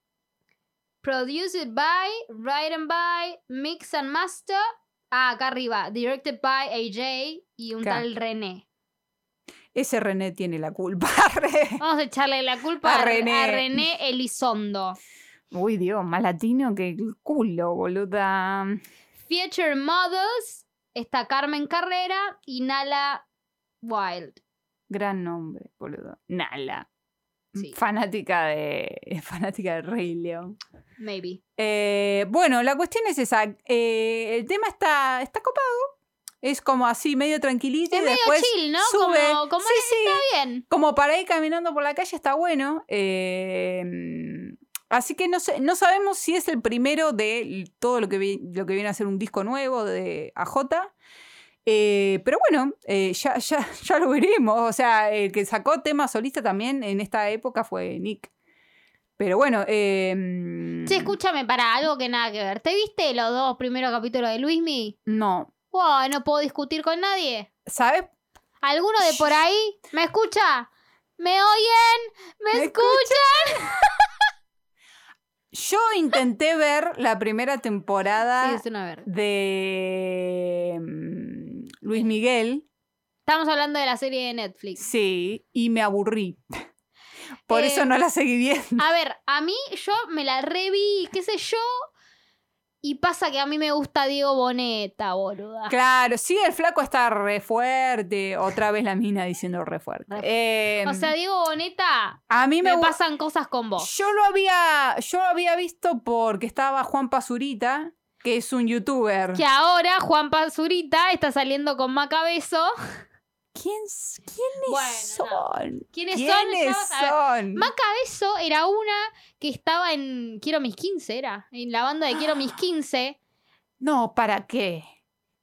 Speaker 2: Produced by, written by, mix and master. Ah, acá arriba. Directed by AJ y un
Speaker 1: Claro.
Speaker 2: tal René.
Speaker 1: Ese René tiene la culpa.
Speaker 2: Vamos a echarle la culpa
Speaker 1: A
Speaker 2: a, a René.
Speaker 1: René.
Speaker 2: Elizondo.
Speaker 1: Uy, Dios, más latino que el culo, boluda.
Speaker 2: Future Models está Carmen Carrera y Nala Wild.
Speaker 1: Gran nombre, boludo. Nala. Mm.
Speaker 2: Sí.
Speaker 1: Fanática de. Fanática de Rey León.
Speaker 2: Maybe.
Speaker 1: Eh, bueno, la cuestión es esa. Eh, el tema está, está copado. Es como así, medio tranquilito.
Speaker 2: Es
Speaker 1: y
Speaker 2: medio
Speaker 1: después
Speaker 2: chill, ¿no?
Speaker 1: Sube.
Speaker 2: Como- como
Speaker 1: Sí, sí.
Speaker 2: Está bien.
Speaker 1: como para ir caminando por la calle está bueno. eh, así que no, sé, no sabemos si es el primero de l- todo lo que, vi- lo que viene a ser un disco nuevo de AJ. eh, pero bueno, eh, ya, ya, ya lo veremos. O sea, el que sacó tema solista también en esta época fue Nick. Pero bueno. Eh,
Speaker 2: Che, escúchame, para algo que nada que ver. ¿Te viste los dos primeros capítulos de Luismi?
Speaker 1: No.
Speaker 2: Wow, no puedo discutir con nadie.
Speaker 1: ¿Sabes?
Speaker 2: ¿Alguno de por ahí me escucha? ¿Me oyen? ¿Me,
Speaker 1: ¿Me
Speaker 2: escuchan?
Speaker 1: Yo intenté ver la primera temporada
Speaker 2: Sí, es una verga.
Speaker 1: de mm, Luis Miguel.
Speaker 2: Estamos hablando de la serie de Netflix.
Speaker 1: Sí, y me aburrí. Por
Speaker 2: Eh,
Speaker 1: eso no la seguí viendo.
Speaker 2: A ver, a mí yo me la reví, qué sé yo. Y pasa que a mí me gusta Diego Boneta, boluda.
Speaker 1: Claro, sí, el flaco está re fuerte. Otra vez la mina diciendo re fuerte.
Speaker 2: Re-
Speaker 1: Eh,
Speaker 2: O sea, Diego Boneta,
Speaker 1: a mí me,
Speaker 2: me
Speaker 1: gu-
Speaker 2: pasan cosas con vos.
Speaker 1: Yo lo había, yo lo había visto porque estaba Juan Pazurita, que es un youtuber.
Speaker 2: Que ahora Juan Pazurita está saliendo con Macabezo.
Speaker 1: ¿Quién, s- ¿Quiénes
Speaker 2: Bueno, no.
Speaker 1: son?
Speaker 2: ¿Quiénes, son? Ya
Speaker 1: ¿Quiénes
Speaker 2: vas a ver.
Speaker 1: son?
Speaker 2: Macabezo era una que estaba en Quiero mis 15, era. En la banda de Quiero mis 15.
Speaker 1: No, ¿para qué?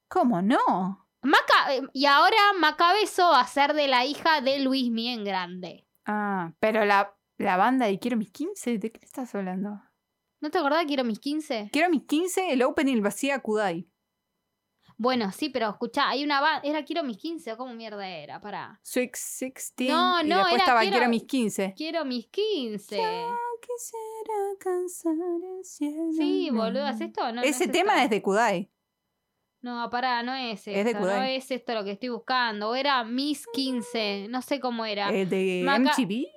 Speaker 1: ¿Cómo no?
Speaker 2: Maca eh, y ahora Macabezo va a ser de la hija de Luis Mien Grande.
Speaker 1: Ah, pero la, la banda de Quiero mis 15, ¿de qué me estás hablando?
Speaker 2: ¿No te acordás de Quiero mis 15?
Speaker 1: Quiero mis 15, el opening lo hacía Kudai.
Speaker 2: Bueno, sí, pero escuchá, hay una banda. Era Quiero mis 15, ¿cómo mierda era? Pará.
Speaker 1: Sweet 16.
Speaker 2: No,
Speaker 1: y
Speaker 2: no,
Speaker 1: después
Speaker 2: era
Speaker 1: estaba
Speaker 2: Quiero-
Speaker 1: Quiero... mis 15.
Speaker 2: Quiero mis 15.
Speaker 1: Quisiera alcanzar el cielo.
Speaker 2: Sí,
Speaker 1: na,
Speaker 2: boludo, ¿es
Speaker 1: na.
Speaker 2: esto? No, no
Speaker 1: Ese tema
Speaker 2: esto.
Speaker 1: es de Kudai.
Speaker 2: No, pará, no es esto.
Speaker 1: de
Speaker 2: no
Speaker 1: Kudai.
Speaker 2: es esto lo que estoy buscando. O era Miss 15, no sé cómo era.
Speaker 1: El eh, de
Speaker 2: Maca-
Speaker 1: MTV.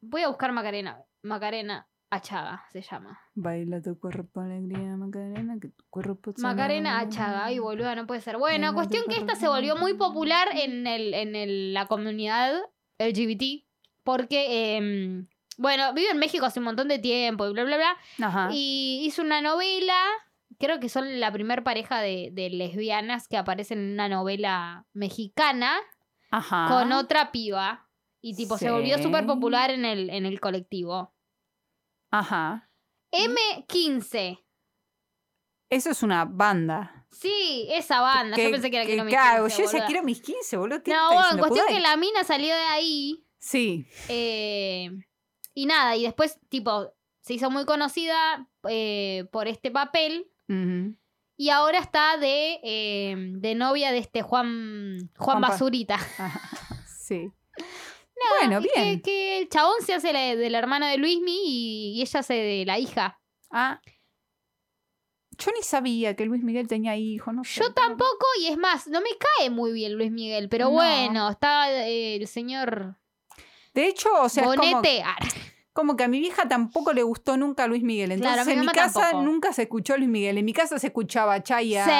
Speaker 2: Voy a buscar Macarena. Macarena Achaga se llama.
Speaker 1: Baila tu cuerpo alegría, Macarena, que tu cuerpo sana.
Speaker 2: Macarena Achaga. Ay, boluda, no puede ser. Bueno, cuestión que esta se volvió muy popular en, el, en el- la comunidad LGBT. Porque, em, bueno, vive en México hace un montón de tiempo y bla, bla, bla.
Speaker 1: Ajá.
Speaker 2: Y hizo una novela. Creo que son la primer pareja de, de lesbianas que aparecen en una novela mexicana
Speaker 1: Ajá.
Speaker 2: con otra piba. Y tipo, se volvió
Speaker 1: Ah. Sí.
Speaker 2: súper popular en el, en el colectivo.
Speaker 1: Ajá.
Speaker 2: M15.
Speaker 1: Eso es una banda.
Speaker 2: Sí, esa banda. yo pensé que era Quiero mis
Speaker 1: claro,
Speaker 2: 15,
Speaker 1: yo decía
Speaker 2: boluda.
Speaker 1: Quiero mis 15, boludo. ¿qué
Speaker 2: No,
Speaker 1: está
Speaker 2: bueno,
Speaker 1: diciendo
Speaker 2: cuestión
Speaker 1: Kudai?
Speaker 2: que la mina salió de ahí.
Speaker 1: Sí.
Speaker 2: eh, y nada, y después, tipo, se hizo muy conocida eh, por este papel.
Speaker 1: Ujú.
Speaker 2: Y ahora está de, eh, de novia de este Juan, Juan
Speaker 1: Juan Pa-
Speaker 2: Basurita.
Speaker 1: Sí. bueno,
Speaker 2: Y que-
Speaker 1: bien.
Speaker 2: Que, el chabón se hace la- del hermano de Luismi y, y ella se de la hija.
Speaker 1: Ah. Yo ni sabía que Luis Miguel tenía hijos, no sé,
Speaker 2: Yo
Speaker 1: pero-
Speaker 2: tampoco, y es más, no me cae muy bien Luis Miguel, pero
Speaker 1: No.
Speaker 2: bueno, está eh, el señor
Speaker 1: De hecho, o sea, es como,
Speaker 2: Bonete. Ah,
Speaker 1: como que a mi vieja tampoco le gustó nunca Luis Miguel. Entonces,
Speaker 2: Claro, a mi
Speaker 1: en mi
Speaker 2: mamá
Speaker 1: casa
Speaker 2: tampoco.
Speaker 1: nunca se escuchó Luis Miguel. En mi casa se escuchaba Chaya.
Speaker 2: Sí.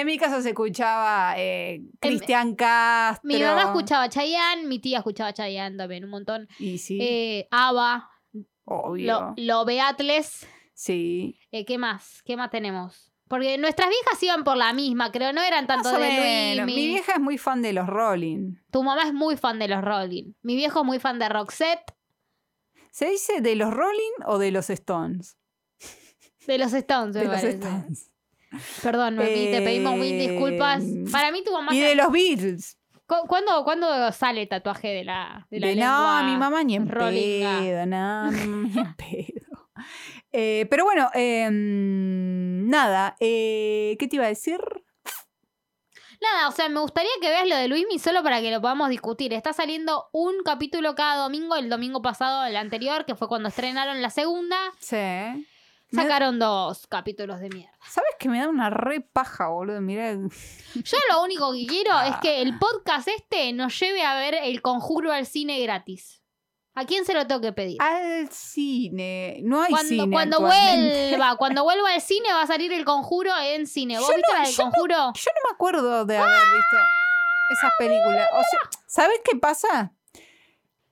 Speaker 1: En mi casa se escuchaba eh, Cristian Castro.
Speaker 2: Mi mamá escuchaba Chayanne, mi tía escuchaba Chayanne también un montón.
Speaker 1: Y sí,
Speaker 2: Eh, ABBA,
Speaker 1: obvio.
Speaker 2: lo, lo Beatles.
Speaker 1: Sí.
Speaker 2: Eh, ¿Qué más? ¿Qué más tenemos? Porque nuestras viejas iban por la misma, creo. No eran tanto
Speaker 1: Más o
Speaker 2: de
Speaker 1: menos.
Speaker 2: Luis.
Speaker 1: Mi vieja es muy fan de los Rolling.
Speaker 2: Tu mamá es muy fan de los Rolling. Mi viejo es muy fan de Roxette,
Speaker 1: ¿Se dice de los Rolling o de los Stones?
Speaker 2: de los Stones, me
Speaker 1: De los
Speaker 2: parece.
Speaker 1: Stones.
Speaker 2: Perdón, mami, te pedimos mil
Speaker 1: Eh,
Speaker 2: disculpas. Para mí tu mamá...
Speaker 1: Y de los Beatles.
Speaker 2: ¿Cu- ¿Cuándo, cuándo sale el tatuaje de la, de la
Speaker 1: De
Speaker 2: lengua?
Speaker 1: No, mi mamá ni en
Speaker 2: rolinga.
Speaker 1: pedo, no, mi mamá ni en pedo. Eh, pero bueno, em, eh, nada, eh, ¿qué te iba a decir?
Speaker 2: No, Nada, o sea, me gustaría que veas lo de Luismi solo para que lo podamos discutir. Está saliendo un capítulo cada domingo, el domingo pasado, el anterior, que fue cuando estrenaron la segunda.
Speaker 1: Sí. Me-
Speaker 2: Sacaron dos capítulos de mierda.
Speaker 1: ¿Sabes que me da una re paja, boludo? Mira,
Speaker 2: Yo lo único que quiero es que el podcast este nos lleve a ver el conjuro al cine gratis. ¿A quién se lo tengo que pedir?
Speaker 1: al cine. No hay
Speaker 2: cuando,
Speaker 1: cine.
Speaker 2: cuando
Speaker 1: actualmente.
Speaker 2: vuelva, cuando vuelva al cine va a salir el conjuro en cine. ¿Vos
Speaker 1: Yo
Speaker 2: viste
Speaker 1: no-
Speaker 2: la del
Speaker 1: yo no-
Speaker 2: conjuro?
Speaker 1: Yo no me acuerdo de haber visto esas películas. O sea, ¿sabes qué pasa?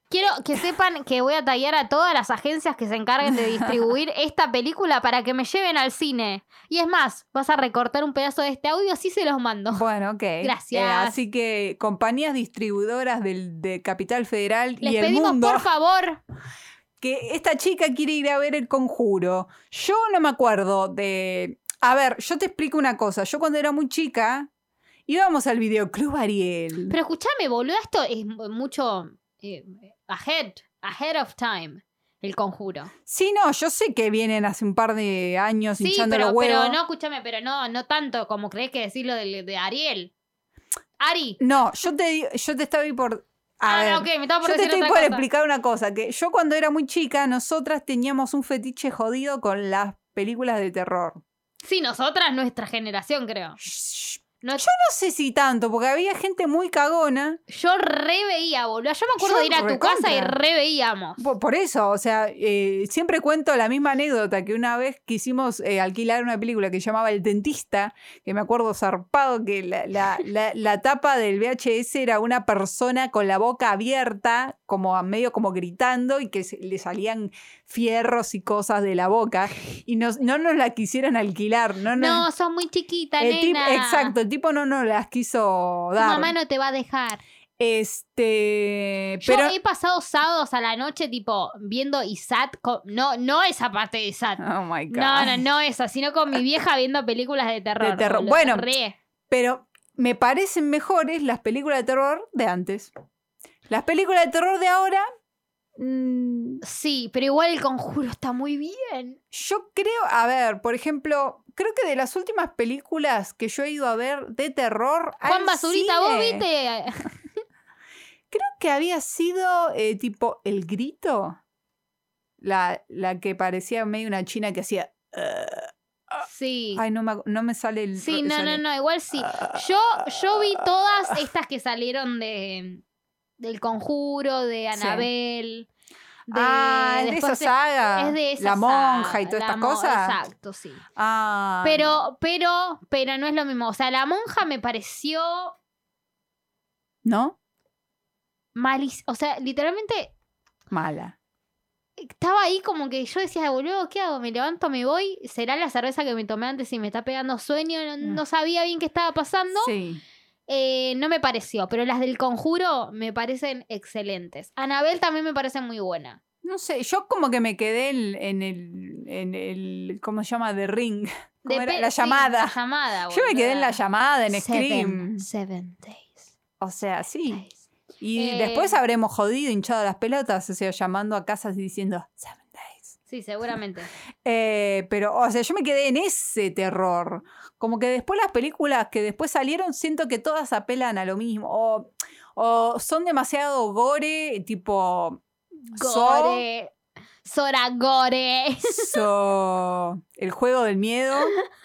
Speaker 2: Quiero que sepan que voy a tallar a todas las agencias que se encarguen de distribuir esta película para que me lleven al cine. Y es más, vas a recortar un pedazo de este audio, así se los mando.
Speaker 1: Bueno, ok.
Speaker 2: Gracias.
Speaker 1: Eh, así que compañías distribuidoras del, de Capital Federal
Speaker 2: Les
Speaker 1: y el
Speaker 2: pedimos,
Speaker 1: mundo
Speaker 2: por favor,
Speaker 1: que esta chica quiere ir a ver el conjuro. Yo no me acuerdo de... A ver, yo te explico una cosa. Yo cuando era muy chica íbamos al videoclub Ariel.
Speaker 2: pero escúchame, boludo, esto es mu- mucho eh, ahead, ahead of time, el conjuro.
Speaker 1: Sí, no, yo sé que vienen hace un par de años
Speaker 2: Sí,
Speaker 1: hinchando
Speaker 2: pero,
Speaker 1: los huevos.
Speaker 2: pero no, escúchame, pero no, no tanto como crees que decirlo de, de Ariel. Ari.
Speaker 1: No, yo te digo- yo te estaba por a
Speaker 2: ah,
Speaker 1: ver,
Speaker 2: no, ok, me estaba por
Speaker 1: yo te
Speaker 2: decir
Speaker 1: estoy
Speaker 2: otra
Speaker 1: por
Speaker 2: cosa.
Speaker 1: explicar una cosa, que yo cuando era muy chica, nosotras teníamos un fetiche jodido con las películas de terror.
Speaker 2: Sí, nosotras, nuestra generación, creo.
Speaker 1: Shh,
Speaker 2: No-
Speaker 1: yo no sé si tanto, porque había gente muy cagona.
Speaker 2: Yo re veía, boludo. Yo me acuerdo
Speaker 1: Yo
Speaker 2: de ir a tu
Speaker 1: recontra.
Speaker 2: casa y re veíamos.
Speaker 1: Por, por eso, o sea, eh, siempre cuento la misma anécdota que una vez quisimos eh, alquilar una película que se llamaba El Dentista, que me acuerdo zarpado que la, la- la- la tapa del VHS era una persona con la boca abierta, como a medio como gritando y que se- le salían fierros y cosas de la boca y nos- no nos la quisieron alquilar, no nos-
Speaker 2: No, sos muy chiquita,
Speaker 1: el tip-
Speaker 2: nena.
Speaker 1: exacto, el tipo no nos las quiso
Speaker 2: Tu
Speaker 1: dar.
Speaker 2: mamá no te va a dejar.
Speaker 1: Este,
Speaker 2: Yo
Speaker 1: pero
Speaker 2: he pasado sábados a la noche, tipo, viendo ISAT. con- No, no esa parte de ISAT.
Speaker 1: Oh my God.
Speaker 2: No, no, no esa, sino con mi vieja viendo películas de terror.
Speaker 1: De terror.
Speaker 2: boludo.
Speaker 1: Bueno.
Speaker 2: Re.
Speaker 1: Pero me parecen mejores las películas de terror de antes. Las películas de terror de ahora, mm,
Speaker 2: Sí, pero igual el conjuro está muy bien.
Speaker 1: yo creo, a ver, por ejemplo, creo que de las últimas películas que yo he ido a ver de terror... al
Speaker 2: Juan Basurita,
Speaker 1: cine,
Speaker 2: vos viste.
Speaker 1: Creo que había sido eh, tipo El Grito. La, la que parecía medio una china que hacía... "Ugh".
Speaker 2: Sí.
Speaker 1: Ah, Ay, no me, ac- no me sale el...
Speaker 2: Sí, no, no,
Speaker 1: sale- Ah.
Speaker 2: no, igual sí. Yo, yo vi todas estas que salieron de del conjuro, de Anabel. De,
Speaker 1: ah, es de esa
Speaker 2: después se-
Speaker 1: saga.
Speaker 2: es de esa
Speaker 1: la monja y
Speaker 2: saga,
Speaker 1: todas
Speaker 2: la
Speaker 1: estas
Speaker 2: mo-
Speaker 1: cosas.
Speaker 2: Exacto, sí.
Speaker 1: Ah,
Speaker 2: Pero, pero, pero no es lo mismo. O sea, la monja me pareció
Speaker 1: ¿No?
Speaker 2: malísima. O sea, literalmente
Speaker 1: Mala.
Speaker 2: estaba ahí como que yo decía, boludo, ¿qué hago? ¿Me levanto, me voy? ¿Será la cerveza que me tomé antes y me está pegando sueño? No, no sabía bien qué estaba pasando.
Speaker 1: Mm. Sí.
Speaker 2: Eh, no me pareció, pero las del conjuro me parecen excelentes. Anabel también me parece muy buena.
Speaker 1: No sé, yo como que me quedé en, en el, en el. ¿Cómo se llama? The Ring. ¿Cómo era?
Speaker 2: Depe-
Speaker 1: La
Speaker 2: sí,
Speaker 1: llamada.
Speaker 2: la llamada,
Speaker 1: yo me quedé en la
Speaker 2: boluda.
Speaker 1: llamada, en Scream.
Speaker 2: Seven, seven days.
Speaker 1: O sea, sí.
Speaker 2: days.
Speaker 1: Y
Speaker 2: Eh.
Speaker 1: después habremos jodido, hinchado las pelotas, o sea, llamando a casas y diciendo Seven Days.
Speaker 2: Sí, seguramente.
Speaker 1: Eh, pero, o sea, yo me quedé en ese terror. Como que después las películas que después salieron, siento que todas apelan a lo mismo. O, o son demasiado gore, tipo. Saw.
Speaker 2: Gore. Sora Gore.
Speaker 1: So, el juego del miedo,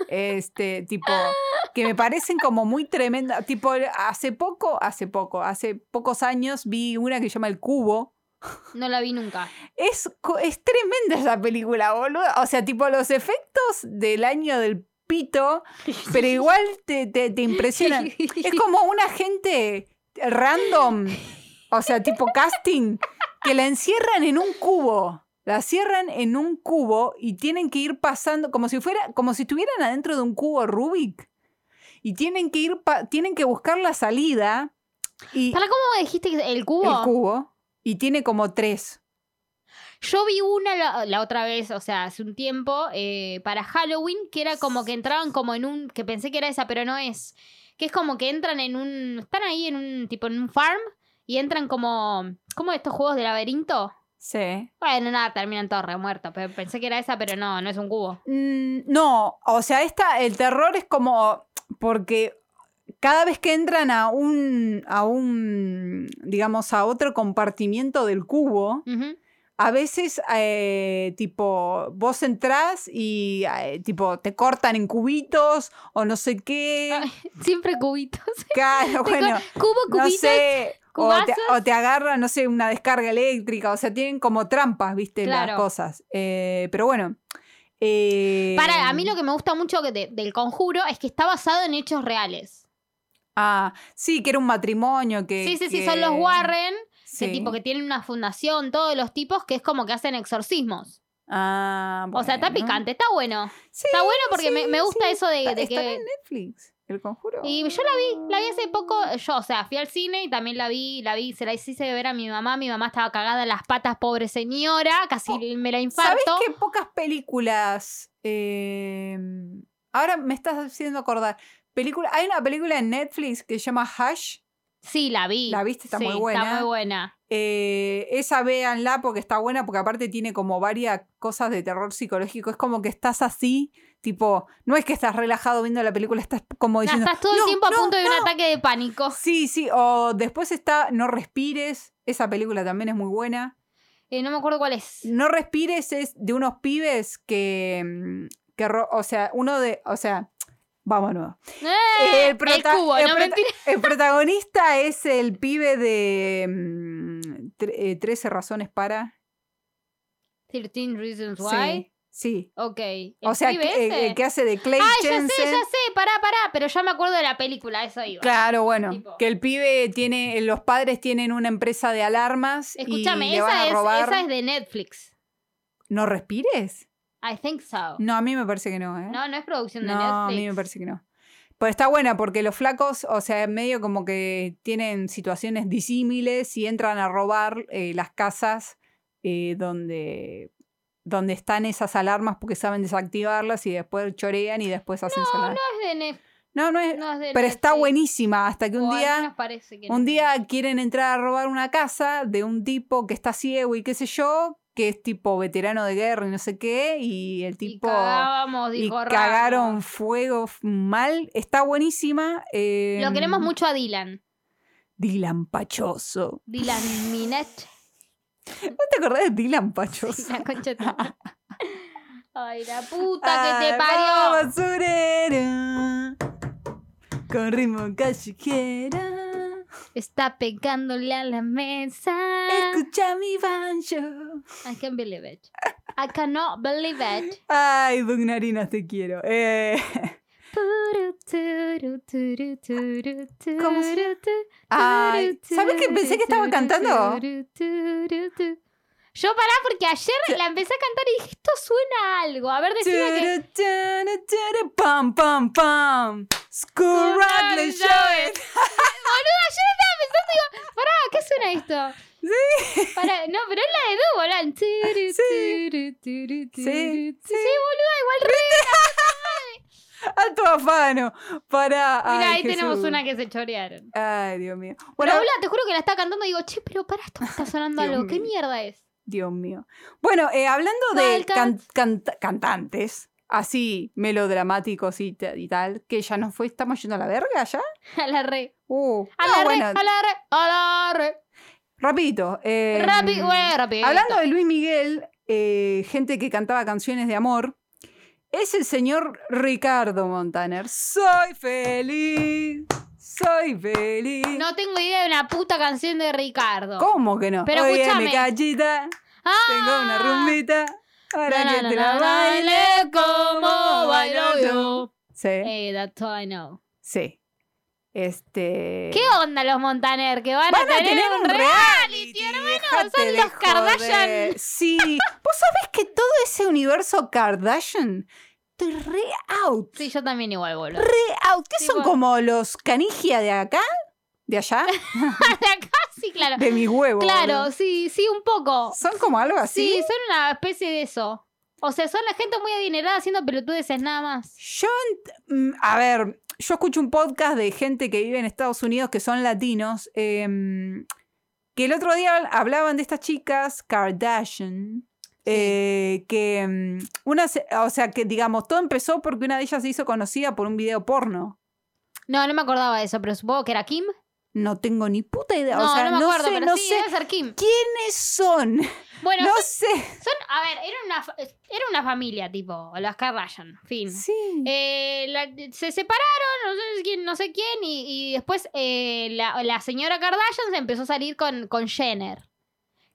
Speaker 1: este, tipo, que me parecen como muy tremenda. Tipo, hace poco, hace poco, hace pocos años vi una que se llama El Cubo.
Speaker 2: No la vi nunca.
Speaker 1: Es, co- es tremenda esa película, boludo. O sea, tipo, los efectos del año del pito, pero igual te, te, te impresionan. Es como una gente random, o sea, tipo casting, que la encierran en un cubo. La cierran en un cubo y tienen que ir pasando, como si fuera, como si estuvieran adentro de un cubo Rubik. Y tienen que ir, pa- tienen que buscar la salida y
Speaker 2: ¿Para cómo dijiste que el cubo?
Speaker 1: el cubo. Y tiene como tres.
Speaker 2: Yo vi una la, la otra vez, o sea, hace un tiempo, eh, para Halloween, que era como que entraban como en un. que pensé que era esa, pero no es. Que es como que entran en un. están ahí en un. tipo en un farm y entran como. ¿Cómo estos juegos de laberinto?
Speaker 1: Sí.
Speaker 2: Bueno, nada, terminan todos remuertos. Pero pensé que era esa, pero no, no es un cubo.
Speaker 1: Mm, no, o sea, esta, el terror es como porque cada vez que entran a un, a un, digamos, a otro compartimiento del cubo,
Speaker 2: Ujú.
Speaker 1: a veces, eh, tipo, vos entrás y, eh, tipo, te cortan en cubitos o no sé qué.
Speaker 2: Ay, Siempre cubitos.
Speaker 1: Claro, bueno,
Speaker 2: Cubo,
Speaker 1: no
Speaker 2: cubitos.
Speaker 1: sé. O te,
Speaker 2: cubazos.
Speaker 1: o te agarran, no sé, una descarga eléctrica. O sea, tienen como trampas, viste, las
Speaker 2: Claro.
Speaker 1: cosas. Eh, pero bueno. eh,
Speaker 2: Para, a mí lo que me gusta mucho que de- del conjuro es que está basado en hechos reales.
Speaker 1: Ah, sí, que era un matrimonio que.
Speaker 2: Sí, sí, sí,
Speaker 1: que-
Speaker 2: son los Warren,
Speaker 1: sí.
Speaker 2: que tipo que tienen una fundación, todos los tipos, que es como que hacen exorcismos.
Speaker 1: Ah,
Speaker 2: O sea, está
Speaker 1: bueno.
Speaker 2: picante, está bueno.
Speaker 1: Sí,
Speaker 2: Está bueno porque me,
Speaker 1: sí,
Speaker 2: me gusta
Speaker 1: sí.
Speaker 2: eso de,
Speaker 1: Está-
Speaker 2: de
Speaker 1: está
Speaker 2: que.
Speaker 1: en Netflix, El Conjuro.
Speaker 2: Y yo La vi hace poco, yo, o sea, fui al cine y también la vi, la vi, se la hice ver a mi mamá, mi mamá estaba cagada en las patas, pobre señora, casi me la
Speaker 1: Oh, ¿Sabés
Speaker 2: infarto.
Speaker 1: que pocas películas. eh, ahora me estás haciendo acordar. Película, hay una película en Netflix que se llama Hush.
Speaker 2: Sí, la vi.
Speaker 1: La viste, está
Speaker 2: Sí,
Speaker 1: muy buena.
Speaker 2: Está muy buena.
Speaker 1: Eh, esa véanla porque está buena, porque aparte tiene como varias cosas de terror psicológico. Es como que estás así, tipo, no es que estás relajado viendo la película, estás como
Speaker 2: Nah,
Speaker 1: diciendo.
Speaker 2: estás todo el
Speaker 1: "No,
Speaker 2: tiempo a
Speaker 1: no,
Speaker 2: punto de un
Speaker 1: no".
Speaker 2: ataque de pánico.
Speaker 1: Sí, sí, o después está No Respires, esa película también es muy buena.
Speaker 2: Eh, no me acuerdo cuál es.
Speaker 1: No respires es de unos pibes que, mm, que ro- o sea, uno de, o sea, vamos de nuevo.
Speaker 2: Eh, el,
Speaker 1: prota-
Speaker 2: cubo,
Speaker 1: el
Speaker 2: no
Speaker 1: prota-
Speaker 2: mentira.
Speaker 1: El protagonista es el pibe de mm, tre- eh, 13 razones para.
Speaker 2: 13 Reasons
Speaker 1: Sí,
Speaker 2: Why.
Speaker 1: Sí.
Speaker 2: Ok. ¿El
Speaker 1: O sea,
Speaker 2: pibe
Speaker 1: que, eh,
Speaker 2: ese?
Speaker 1: el que hace de Clay
Speaker 2: Ah, ya sé,
Speaker 1: Jensen.
Speaker 2: ya sé, pará, pará, pero ya me acuerdo de la película, eso iba.
Speaker 1: Claro, bueno,
Speaker 2: Tipo.
Speaker 1: que el pibe tiene, los padres tienen una empresa de alarmas y
Speaker 2: Escúchame,
Speaker 1: le van
Speaker 2: esa
Speaker 1: a
Speaker 2: es,
Speaker 1: robar.
Speaker 2: esa es de Netflix.
Speaker 1: ¿No respires?
Speaker 2: I think so.
Speaker 1: No, a mí me parece que no, ¿eh?
Speaker 2: No, no es producción de
Speaker 1: No, a
Speaker 2: Netflix.
Speaker 1: mí me parece que no. Pero está buena porque los flacos, o sea, medio como que tienen situaciones disímiles y entran a robar eh, las casas eh, donde, donde están esas alarmas porque saben desactivarlas y después chorean y después hacen sonar.
Speaker 2: No es de Netflix.
Speaker 1: No, no es.
Speaker 2: No es de
Speaker 1: Pero está
Speaker 2: Netflix.
Speaker 1: buenísima hasta que
Speaker 2: O
Speaker 1: un
Speaker 2: al
Speaker 1: día.
Speaker 2: menos parece que no.
Speaker 1: Un día quieren entrar a robar una casa de un tipo que está ciego y qué sé yo, que es tipo veterano de guerra y no sé qué, y el
Speaker 2: Y
Speaker 1: tipo
Speaker 2: cagábamos,
Speaker 1: y
Speaker 2: dijo Ramos.
Speaker 1: cagaron fuego f- mal. Está buenísima. eh,
Speaker 2: Lo queremos mucho a Dylan.
Speaker 1: Dylan Pachoso.
Speaker 2: Dylan Minette.
Speaker 1: ¿No te acordás de Dylan Pachoso?
Speaker 2: La concha de tu madre. Ay, la puta que te
Speaker 1: Ay,
Speaker 2: parió.
Speaker 1: vamos, usurera, Con ritmo callejera.
Speaker 2: Está pegándole a la mesa.
Speaker 1: Escucha mi banjo.
Speaker 2: I can't believe it. I cannot believe it.
Speaker 1: Ay, Bugnarinas, te quiero. Eh,
Speaker 2: Turu, turu, turu, turu, turu,
Speaker 1: ¿Cómo se llama?
Speaker 2: turu,
Speaker 1: ay, ¿Sabes qué? Pensé que estaba
Speaker 2: turu,
Speaker 1: cantando.
Speaker 2: turu, turu, turu. Yo pará porque ayer la empecé a cantar y dije, esto suena a algo. A ver, decime que...
Speaker 1: Turu, turu, turu, Pam, pam, pam. School Rock,
Speaker 2: Boluda, yo
Speaker 1: let's show it.
Speaker 2: estaba pensando, digo, pará, ¿qué suena esto? Sí. no, pero es la de Du, boludo. Sí.
Speaker 1: Sí.
Speaker 2: Sí,
Speaker 1: Sí, sí.
Speaker 2: boluda, igual re.
Speaker 1: Alto afano. Para.
Speaker 2: Mira, ahí tenemos una que se chorearon.
Speaker 1: Ay, Dios mío. Bueno,
Speaker 2: Bueno, te juro que la está cantando y digo, che, pero pará, esto me está sonando
Speaker 1: Dios
Speaker 2: algo. ¿Qué
Speaker 1: mío.
Speaker 2: mierda es?
Speaker 1: Dios mío. Bueno, eh, hablando de
Speaker 2: Wildcats.
Speaker 1: can- canta- cantantes, así melodramáticos y, ta- y tal, que ya nos fue, estamos yendo a la verga ya.
Speaker 2: A la re.
Speaker 1: Uh,
Speaker 2: A
Speaker 1: no,
Speaker 2: la re,
Speaker 1: bueno,
Speaker 2: a la re, a la re.
Speaker 1: rapidito. eh,
Speaker 2: Rápido, güey, rápido.
Speaker 1: Hablando de Luis Miguel, eh, gente que cantaba canciones de amor, es el señor Ricardo Montaner. Soy feliz, soy feliz.
Speaker 2: No tengo idea de una puta canción de Ricardo.
Speaker 1: ¿Cómo que no?
Speaker 2: Pero
Speaker 1: Oye,
Speaker 2: escúchame.
Speaker 1: mi cachita,
Speaker 2: Ah.
Speaker 1: tengo una rumbita. Para
Speaker 2: Na,
Speaker 1: que
Speaker 2: na,
Speaker 1: te
Speaker 2: na,
Speaker 1: la
Speaker 2: na,
Speaker 1: baile.
Speaker 2: baile como bailo yo.
Speaker 1: Sí,
Speaker 2: Hey, that's all I know.
Speaker 1: sí. Este.
Speaker 2: ¿Qué onda los Montaner? Que van,
Speaker 1: Van a tener un
Speaker 2: reality,
Speaker 1: hermano?
Speaker 2: son los Kardashian.
Speaker 1: Sí. ¿Vos sabés que todo ese universo Kardashian? Estoy re out.
Speaker 2: Sí, yo también igual, boludo.
Speaker 1: Re out. ¿Qué son
Speaker 2: Tipo-
Speaker 1: como los canigia de acá? ¿De allá?
Speaker 2: sí, claro.
Speaker 1: De mis huevos.
Speaker 2: Claro,
Speaker 1: boludo.
Speaker 2: sí, sí, un poco.
Speaker 1: Son como algo así.
Speaker 2: Sí, son una especie de eso. O sea, son la gente muy adinerada haciendo pelotudeces nada más.
Speaker 1: Yo, ent- mm, a ver, yo escucho un podcast de gente que vive en Estados Unidos que son latinos, em, que el otro día hablaban de estas chicas Kardashian, eh, que em, una, se- o sea, que digamos, todo empezó porque una de ellas se hizo conocida por un video porno.
Speaker 2: No, no me acordaba de eso, pero supongo que era Kim.
Speaker 1: No tengo ni puta idea.
Speaker 2: No,
Speaker 1: o sea,
Speaker 2: no me acuerdo,
Speaker 1: sé,
Speaker 2: pero
Speaker 1: no
Speaker 2: sí, ¿eh?
Speaker 1: sé
Speaker 2: debe ser Kim.
Speaker 1: quiénes son.
Speaker 2: Bueno,
Speaker 1: no
Speaker 2: son,
Speaker 1: sé.
Speaker 2: son- a ver, era una, fa- era una familia, tipo, las Kardashian, fin.
Speaker 1: Sí.
Speaker 2: Eh, la- se separaron, no sé quién, no sé quién, y, y después eh, la, la señora Kardashian se empezó a salir con, con Jenner.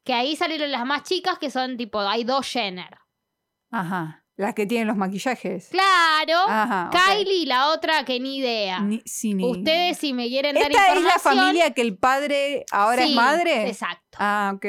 Speaker 2: Que ahí salieron las más chicas, que son tipo, hay dos Jenner.
Speaker 1: Ajá. Las que tienen los maquillajes.
Speaker 2: Claro,
Speaker 1: Ajá. Ah, ok.
Speaker 2: Kylie y la otra que ni idea.
Speaker 1: Ni- sí, ni-
Speaker 2: Ustedes si me quieren dar
Speaker 1: Esta es
Speaker 2: información...
Speaker 1: la familia que el padre ahora es
Speaker 2: sí,
Speaker 1: madre.
Speaker 2: Exacto.
Speaker 1: Ah, ok.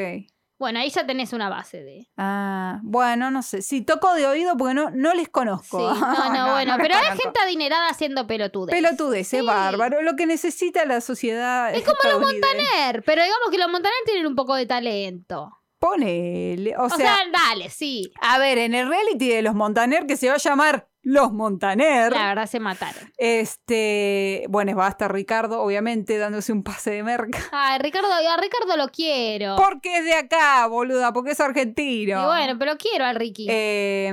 Speaker 2: Bueno, ahí ya tenés una base de...
Speaker 1: Ah, bueno, no sé. Sí, toco de oído porque no, no les
Speaker 2: Sí,
Speaker 1: conozco.
Speaker 2: no, no, bueno,
Speaker 1: les
Speaker 2: pero hay
Speaker 1: conozco.
Speaker 2: gente adinerada haciendo pelotudes.
Speaker 1: Pelotudes, es
Speaker 2: Sí.
Speaker 1: bárbaro. Lo que necesita la sociedad.
Speaker 2: Es como los
Speaker 1: montaneros.
Speaker 2: Pero digamos que los montaner tienen un poco de talento.
Speaker 1: Ponele. O,
Speaker 2: O,
Speaker 1: sea,
Speaker 2: sea, dale, sí.
Speaker 1: a ver, en el reality de los Montaner, que se va a llamar Los Montaner,
Speaker 2: La verdad se mataron.
Speaker 1: este. Bueno, va a estar Ricardo, obviamente, dándose un pase de merca.
Speaker 2: Ay, Ricardo, a Ricardo lo quiero.
Speaker 1: Porque es de acá, boluda, porque es argentino.
Speaker 2: Y bueno, pero quiero al Ricky.
Speaker 1: Eh,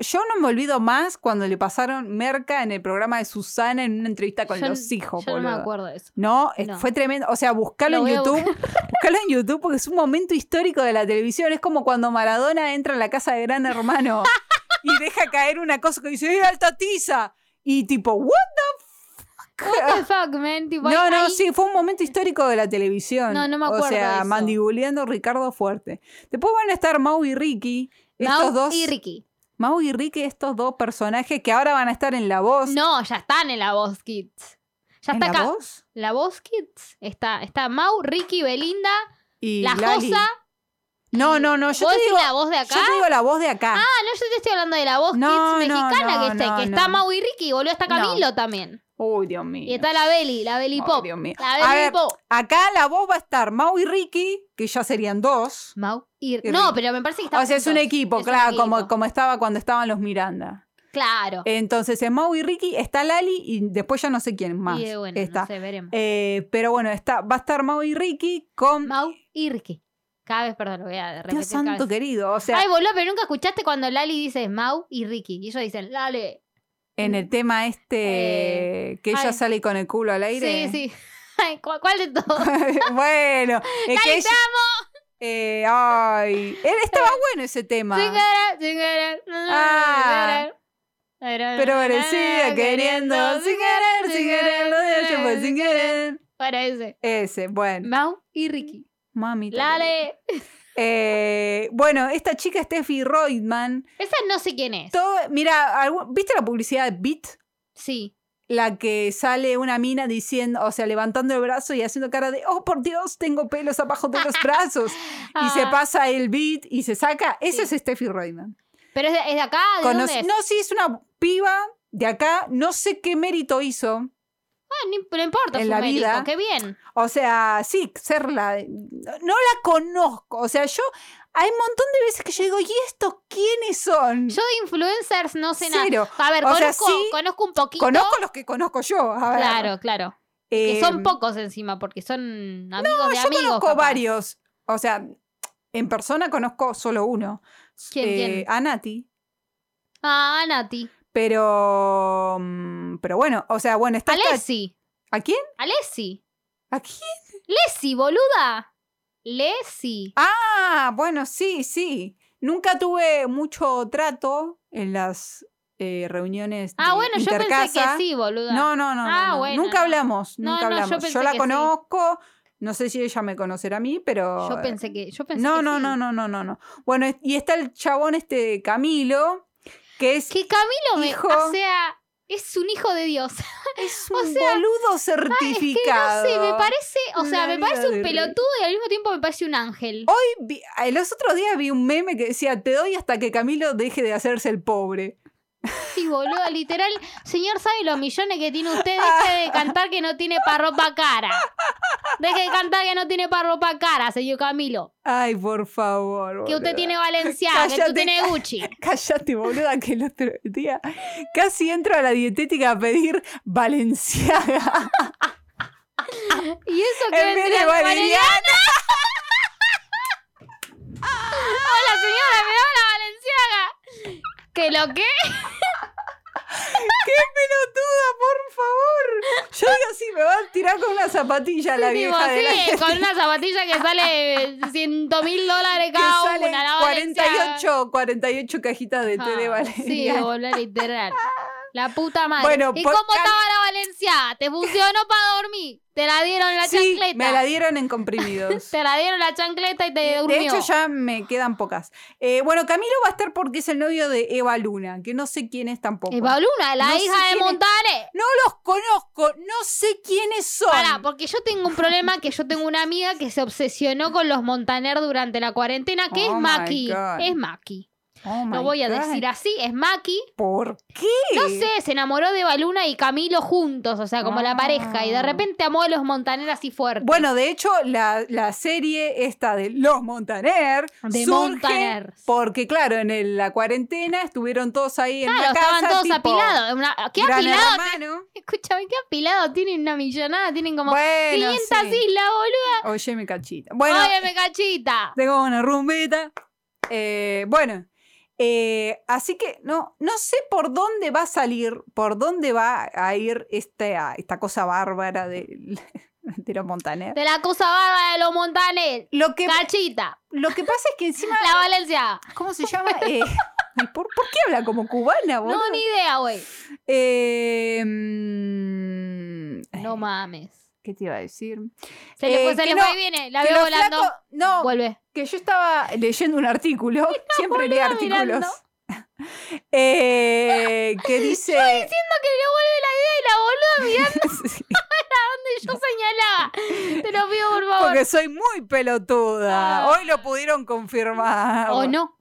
Speaker 1: yo no me olvido más cuando le pasaron merca en el programa de Susana en una entrevista con
Speaker 2: Yo-
Speaker 1: los hijos,
Speaker 2: Yo no me
Speaker 1: boluda.
Speaker 2: acuerdo de eso.
Speaker 1: No, es-
Speaker 2: No.
Speaker 1: fue tremendo. O sea, buscalo
Speaker 2: Lo voy
Speaker 1: en
Speaker 2: a
Speaker 1: YouTube. Buscalo en YouTube porque es un momento histórico de la televisión. Es como cuando Maradona entra en la casa de Gran Hermano y deja caer una cosa que dice, ¡Eh, alta tiza! Y tipo, ¿what the fuck?
Speaker 2: What the fuck, man? Tipo,
Speaker 1: No,
Speaker 2: ahí-
Speaker 1: no,
Speaker 2: ahí-
Speaker 1: sí, fue un momento histórico de la televisión.
Speaker 2: No, no me acuerdo
Speaker 1: O
Speaker 2: de
Speaker 1: sea,
Speaker 2: eso.
Speaker 1: mandibuleando Ricardo Fuerte. Después van a estar Mau y Ricky. Estos
Speaker 2: Mau
Speaker 1: dos.
Speaker 2: y Ricky.
Speaker 1: Mau y Ricky, estos dos personajes que ahora van a estar en La Voz.
Speaker 2: No, ya están en la Voz Kids. Ya
Speaker 1: ¿En
Speaker 2: está
Speaker 1: La
Speaker 2: acá.
Speaker 1: Voz?
Speaker 2: La Voz Kids. Está, está Mau, Ricky, Belinda,
Speaker 1: Y
Speaker 2: La
Speaker 1: Lali.
Speaker 2: Josa.
Speaker 1: No, no, no, yo
Speaker 2: ¿Vos
Speaker 1: te
Speaker 2: decís
Speaker 1: digo,
Speaker 2: la voz de acá?
Speaker 1: yo te digo La Voz de acá.
Speaker 2: Ah, no, yo te estoy hablando de la Voz
Speaker 1: No,
Speaker 2: Kids
Speaker 1: no,
Speaker 2: mexicana
Speaker 1: no,
Speaker 2: que, está,
Speaker 1: no,
Speaker 2: que está
Speaker 1: no.
Speaker 2: Mau y Ricky. Boludo, está
Speaker 1: No.
Speaker 2: Camilo también.
Speaker 1: Uy, Dios mío.
Speaker 2: Y está la Beli, la Beli
Speaker 1: Ay,
Speaker 2: Pop.
Speaker 1: Dios mío.
Speaker 2: La
Speaker 1: A
Speaker 2: Beli
Speaker 1: ver.
Speaker 2: Pop.
Speaker 1: Acá La Voz va a estar Mau y Ricky, que ya serían dos.
Speaker 2: Mau y Ricky.
Speaker 1: Y
Speaker 2: No,
Speaker 1: Ricky.
Speaker 2: pero me parece que está
Speaker 1: O sea, es un equipo, claro, Como, como estaba cuando estaban los Miranda.
Speaker 2: Claro.
Speaker 1: Entonces, en Mau y Ricky está Lali y después ya no sé quién más.
Speaker 2: Y eh, bueno,
Speaker 1: está.
Speaker 2: no sé, veremos.
Speaker 1: Eh, pero bueno, está, va a estar Mau y Ricky con
Speaker 2: Mau y Ricky. Cada vez, perdón, lo voy a repetir.
Speaker 1: Dios
Speaker 2: cada
Speaker 1: santo
Speaker 2: vez.
Speaker 1: querido. O sea,
Speaker 2: Ay, boludo, pero nunca escuchaste cuando Lali dice Mau y Ricky. Y ellos dicen, Lale.
Speaker 1: en el tema este que ella
Speaker 2: ay.
Speaker 1: sale con el culo al aire.
Speaker 2: Sí, sí. Ay, ¿cu- ¿Cuál de todos?
Speaker 1: bueno, es que
Speaker 2: ¡Lali,
Speaker 1: ella-
Speaker 2: te
Speaker 1: eh, ay, él estaba bueno ese tema.
Speaker 2: Sin querer, sin querer, no, no, no,
Speaker 1: Ah.
Speaker 2: sin querer.
Speaker 1: Pero parecía queriendo sin querer, sin querer, lo de pues, ella fue sin querer.
Speaker 2: Para ese.
Speaker 1: Ese, bueno.
Speaker 2: Mau y Ricky.
Speaker 1: Mami.
Speaker 2: Lale.
Speaker 1: Eh, bueno, esta chica Steffi Reutemann.
Speaker 2: Esa no sé quién es.
Speaker 1: Todo, mira, algún- ¿viste la publicidad de Beat?
Speaker 2: Sí.
Speaker 1: La que sale una mina diciendo, o sea, levantando el brazo y haciendo cara de, oh por Dios, tengo pelos abajo de los brazos. Y se
Speaker 2: Ah,
Speaker 1: pasa el beat y se saca. Esa
Speaker 2: Sí.
Speaker 1: es Steffi Reutemann.
Speaker 2: Pero es de, es de acá, ¿de
Speaker 1: Conoc-
Speaker 2: dónde es?
Speaker 1: No, sí, es una piba de acá. No sé qué mérito hizo.
Speaker 2: Ah, ni- no importa,
Speaker 1: en
Speaker 2: su
Speaker 1: la
Speaker 2: mérito,
Speaker 1: vida.
Speaker 2: Qué bien.
Speaker 1: O sea, sí, ser la. No la conozco. O sea, yo. Hay un montón de veces que yo digo, ¿y estos quiénes son?
Speaker 2: Yo de influencers no sé nada.
Speaker 1: Cero.
Speaker 2: A ver,
Speaker 1: O sea,
Speaker 2: conozco,
Speaker 1: sí,
Speaker 2: conozco un poquito.
Speaker 1: Conozco los que conozco yo. a ver.
Speaker 2: Claro, claro.
Speaker 1: Eh,
Speaker 2: Que son pocos encima, porque son amigos de
Speaker 1: yo
Speaker 2: amigos.
Speaker 1: conozco
Speaker 2: capaz.
Speaker 1: varios. O sea, en persona conozco solo uno. eh,
Speaker 2: ¿Quién, quién?
Speaker 1: A Nati.
Speaker 2: Ah, Nati.
Speaker 1: Pero. mm, Pero bueno, o sea, bueno, está. esta-
Speaker 2: Alessi.
Speaker 1: ¿A quién?
Speaker 2: Alessi.
Speaker 1: ¿A quién?
Speaker 2: Lessi, boluda. Lessi.
Speaker 1: Ah, bueno, sí, sí. Nunca tuve mucho trato en las eh, reuniones.
Speaker 2: Ah,
Speaker 1: de
Speaker 2: bueno, yo pensé
Speaker 1: intercasa.
Speaker 2: que sí, boluda.
Speaker 1: No, no, no.
Speaker 2: Ah,
Speaker 1: no, no.
Speaker 2: bueno,
Speaker 1: nunca
Speaker 2: no.
Speaker 1: hablamos,
Speaker 2: No,
Speaker 1: nunca
Speaker 2: no, yo
Speaker 1: hablamos. Yo,
Speaker 2: pensé
Speaker 1: la
Speaker 2: que sí.
Speaker 1: conozco, no sé si ella me conocerá a mí, pero.
Speaker 2: yo pensé que. Yo pensé
Speaker 1: No,
Speaker 2: que
Speaker 1: no,
Speaker 2: sí.
Speaker 1: no, no, no, no, no. Bueno, es- y está el chabón este Camilo, que es,
Speaker 2: Que Camilo me.
Speaker 1: Hijo.
Speaker 2: O sea, es un hijo de Dios.
Speaker 1: es
Speaker 2: o
Speaker 1: un
Speaker 2: sea,
Speaker 1: boludo
Speaker 2: Es que
Speaker 1: certificado.
Speaker 2: no sé, me parece. O sea,
Speaker 1: La
Speaker 2: me
Speaker 1: vida
Speaker 2: parece un
Speaker 1: de
Speaker 2: pelotudo y al mismo tiempo me parece un ángel.
Speaker 1: Hoy vi- el otro día vi un meme que decía, te doy hasta que Camilo deje de hacerse el pobre.
Speaker 2: Sí, boludo, literal. Señor, ¿sabe los millones que tiene usted? Deje de cantar que no tiene pa' ropa cara. Deje de cantar que no tiene pa' ropa cara, señor Camilo.
Speaker 1: Ay, por favor.
Speaker 2: Que usted
Speaker 1: boluda.
Speaker 2: tiene Valenciaga, que
Speaker 1: Cállate,
Speaker 2: usted tiene Gucci.
Speaker 1: Cállate, boluda, que el otro día casi entro a la dietética a pedir Valenciaga
Speaker 2: Y eso que
Speaker 1: en vez
Speaker 2: vendría
Speaker 1: de
Speaker 2: de Valenciaga.
Speaker 1: Valeriana.
Speaker 2: Hola, señora, me da la Valenciaga. ¿Que lo qué?
Speaker 1: ¡Qué pelotuda, por favor! me va a tirar con una zapatilla la
Speaker 2: Sí, tipo,
Speaker 1: vieja de la
Speaker 2: sí, con una zapatilla que sale 100 mil dólares
Speaker 1: que
Speaker 2: cada
Speaker 1: salen
Speaker 2: una. la Balenciaga.
Speaker 1: 48, 48 cajitas de té de
Speaker 2: Ah,
Speaker 1: Valeria.
Speaker 2: Sí, boludo, literal. La puta madre.
Speaker 1: Bueno, pues,
Speaker 2: ¿Y
Speaker 1: podcast-
Speaker 2: cómo estaba la Valenciaga? ¿Te funcionó para dormir? ¿Te la dieron en la
Speaker 1: Sí,
Speaker 2: chancleta?
Speaker 1: me la dieron en comprimidos.
Speaker 2: Te la dieron en la chancleta y te durmió.
Speaker 1: De hecho, ya me quedan pocas. Eh, bueno, Camilo va a estar porque es el novio de Eva Luna, que no sé quién es tampoco.
Speaker 2: Eva Luna, Eh, la
Speaker 1: No sé
Speaker 2: hija de
Speaker 1: quién es.
Speaker 2: Montaner.
Speaker 1: No los conozco, no sé quiénes son.
Speaker 2: Pará, porque yo tengo un problema que yo tengo una amiga que se obsesionó con los Montaner durante la cuarentena, que
Speaker 1: Oh
Speaker 2: es
Speaker 1: my
Speaker 2: Maki.
Speaker 1: God.
Speaker 2: Es Maki.
Speaker 1: Oh my
Speaker 2: Lo voy a
Speaker 1: God.
Speaker 2: decir así, es Maki.
Speaker 1: ¿Por qué?
Speaker 2: No sé, se enamoró de Baluna y Camilo juntos, o sea, como la
Speaker 1: Ah.
Speaker 2: pareja, y de repente amó a los Montaner así fuerte.
Speaker 1: Bueno, de hecho, la, la serie esta de Los Montaner
Speaker 2: De
Speaker 1: surge
Speaker 2: Montaner.
Speaker 1: porque, claro, en el- la cuarentena estuvieron todos ahí en
Speaker 2: claro,
Speaker 1: la casa.
Speaker 2: estaban todos
Speaker 1: tipo,
Speaker 2: apilados. Una- ¿Qué
Speaker 1: Gran
Speaker 2: apilado?
Speaker 1: Hermano.
Speaker 2: Escúchame, ¿qué apilado? Tienen una millonada, tienen como
Speaker 1: Bueno,
Speaker 2: 500
Speaker 1: sí.
Speaker 2: islas, boludo.
Speaker 1: Oye, mi cachita. Bueno,
Speaker 2: Oye, me cachita.
Speaker 1: Tengo una rumbita. Eh, bueno, eh, así que no, no sé por dónde va a salir, por dónde va a ir esta, esta cosa bárbara de, de los Montaner.
Speaker 2: De la cosa bárbara de los Montaner.
Speaker 1: Lo que,
Speaker 2: Cachita.
Speaker 1: lo que pasa es que encima,
Speaker 2: La Valencia.
Speaker 1: ¿cómo se llama? Eh, ay, ¿por, por qué habla como cubana, boludo?
Speaker 2: No, ni idea, güey.
Speaker 1: Eh, mm,
Speaker 2: No mames.
Speaker 1: ¿Qué te iba a decir?
Speaker 2: Se le
Speaker 1: Eh,
Speaker 2: fue, se
Speaker 1: que
Speaker 2: le
Speaker 1: no,
Speaker 2: fue y viene. La
Speaker 1: que
Speaker 2: veo
Speaker 1: los
Speaker 2: volando.
Speaker 1: flacos- no,
Speaker 2: Vuelve.
Speaker 1: que yo estaba leyendo un artículo, siempre leo
Speaker 2: boluda,
Speaker 1: artículos, eh, que dice...
Speaker 2: Diciendo que le vuelve la idea y la boluda mirando donde yo señalaba. Te lo pido, por favor.
Speaker 1: Porque soy muy pelotuda.
Speaker 2: Ah.
Speaker 1: Hoy lo pudieron confirmar.
Speaker 2: O no.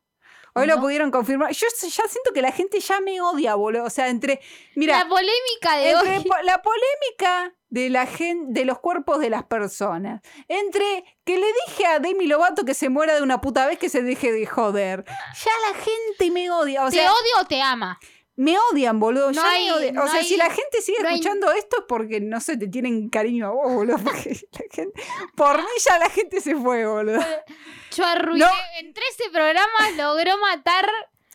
Speaker 1: Hoy
Speaker 2: o
Speaker 1: lo
Speaker 2: no.
Speaker 1: pudieron confirmar. Yo s- ya siento que la gente ya me odia, boludo. O sea, entre.
Speaker 2: la
Speaker 1: Mira,
Speaker 2: polémica de
Speaker 1: entre
Speaker 2: hoy.
Speaker 1: po- la polémica de la gente, de los cuerpos de las personas. Entre que le dije a Demi Lovato que se muera de una puta vez que se deje de joder. Ya la gente me odia. O
Speaker 2: Ah. ¿Te
Speaker 1: sea,
Speaker 2: odio o te ama?
Speaker 1: me odian, boludo.
Speaker 2: No
Speaker 1: ya me
Speaker 2: hay-
Speaker 1: odian.
Speaker 2: no
Speaker 1: o sea,
Speaker 2: hay-
Speaker 1: si la gente sigue
Speaker 2: no hay-
Speaker 1: escuchando esto es porque, no sé, te tienen cariño a vos, boludo. Porque la gente... Por mí ya la gente se fue, boludo.
Speaker 2: Yo arruiné.
Speaker 1: No.
Speaker 2: En 13 programas logró matar.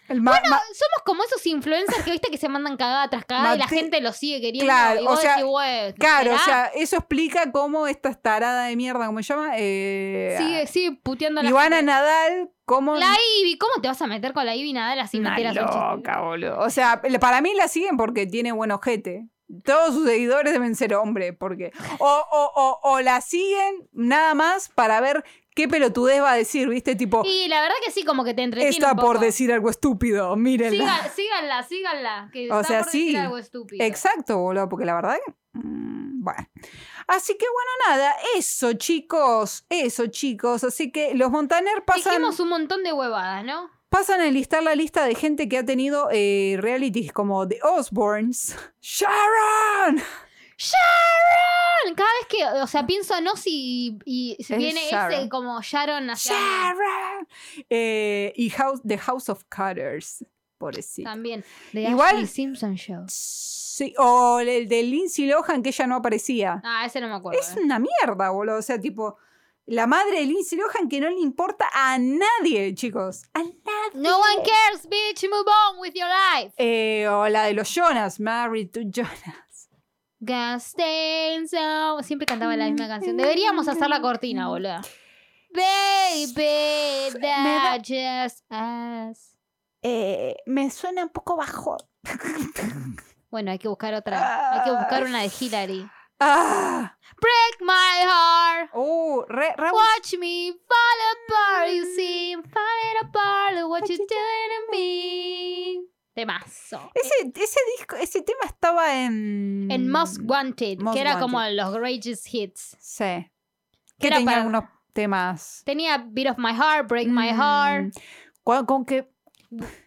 Speaker 1: El ma- ma-
Speaker 2: Somos como esos influencers que viste que se mandan cagada tras cagada y la
Speaker 1: Maté-
Speaker 2: gente los sigue queriendo.
Speaker 1: Claro,
Speaker 2: y
Speaker 1: o
Speaker 2: vos
Speaker 1: sea,
Speaker 2: decís, "Güey,
Speaker 1: claro, o
Speaker 2: ¿será?".
Speaker 1: sea, eso explica cómo esta tarada de mierda, ¿cómo se llama? Eh,
Speaker 2: Sigue, sigue puteando a la
Speaker 1: Ivana Nadal, ¿cómo?
Speaker 2: La Ivy, ¿cómo te vas a meter con la Ivy Nadal así
Speaker 1: Una
Speaker 2: meter a su chiste?
Speaker 1: loca, boludo. O sea, para mí la siguen porque tiene buen ojete. Todos sus seguidores deben ser hombres, porque. O, o, o, o la siguen nada más para ver qué pelotudez va a decir, ¿viste? Tipo,
Speaker 2: Y la verdad que sí, como que te entretiene
Speaker 1: está
Speaker 2: un poco.
Speaker 1: por decir algo estúpido, mírenla.
Speaker 2: Sígan- síganla, síganla. Que
Speaker 1: O
Speaker 2: está
Speaker 1: sea,
Speaker 2: por decir
Speaker 1: sí.
Speaker 2: algo estúpido.
Speaker 1: Exacto, boludo, porque la verdad que. mm, Bueno. Así que bueno, nada, eso chicos, eso chicos. Así que los Montaner pasan,
Speaker 2: Dijimos un montón de huevadas, ¿no?
Speaker 1: pasan a enlistar la lista de gente que ha tenido eh, realities como The Osbournes, Sharon,
Speaker 2: ¡Sharon! Cada vez que, o sea, pienso en Ozzy y, y
Speaker 1: Es
Speaker 2: viene ese
Speaker 1: Sharon.
Speaker 2: como Sharon hacia
Speaker 1: Sharon, eh, y House, The House of Cutters, pobrecito.
Speaker 2: también. De
Speaker 1: Igual-
Speaker 2: Ashley Simpson Show.
Speaker 1: Sí, o el de Lindsay Lohan que ella no aparecía.
Speaker 2: Ah, ese no me acuerdo.
Speaker 1: Es
Speaker 2: eh.
Speaker 1: una mierda, boludo. O sea, tipo, la madre de Lindsay Lohan que no le importa a nadie, chicos. A nadie.
Speaker 2: No one cares, bitch, move on with your life.
Speaker 1: Eh, o la de los Jonas, Married to Jonas.
Speaker 2: Gastain Sound. Siempre cantaba la misma canción. Deberíamos hacer la cortina, boludo. Baby,
Speaker 1: da-
Speaker 2: that's just us.
Speaker 1: Eh, me suena un poco bajo.
Speaker 2: Bueno, hay que buscar otra. Hay que buscar una de Hillary.
Speaker 1: ¡Ah!
Speaker 2: Break my heart.
Speaker 1: ¡Uh! Re, re-
Speaker 2: Watch me fall apart. You see, fall apart. What you doing to me. Temazo.
Speaker 1: ese, ese disco, ese tema estaba en.
Speaker 2: En Most Wanted,
Speaker 1: Mm. Most
Speaker 2: que era
Speaker 1: Wanted.
Speaker 2: como los Greatest Hits.
Speaker 1: Sí.
Speaker 2: Que
Speaker 1: Que
Speaker 2: era
Speaker 1: tenía
Speaker 2: para-
Speaker 1: algunos temas.
Speaker 2: Tenía Beat of My Heart, Break My
Speaker 1: Mm.
Speaker 2: Heart.
Speaker 1: Con, con que.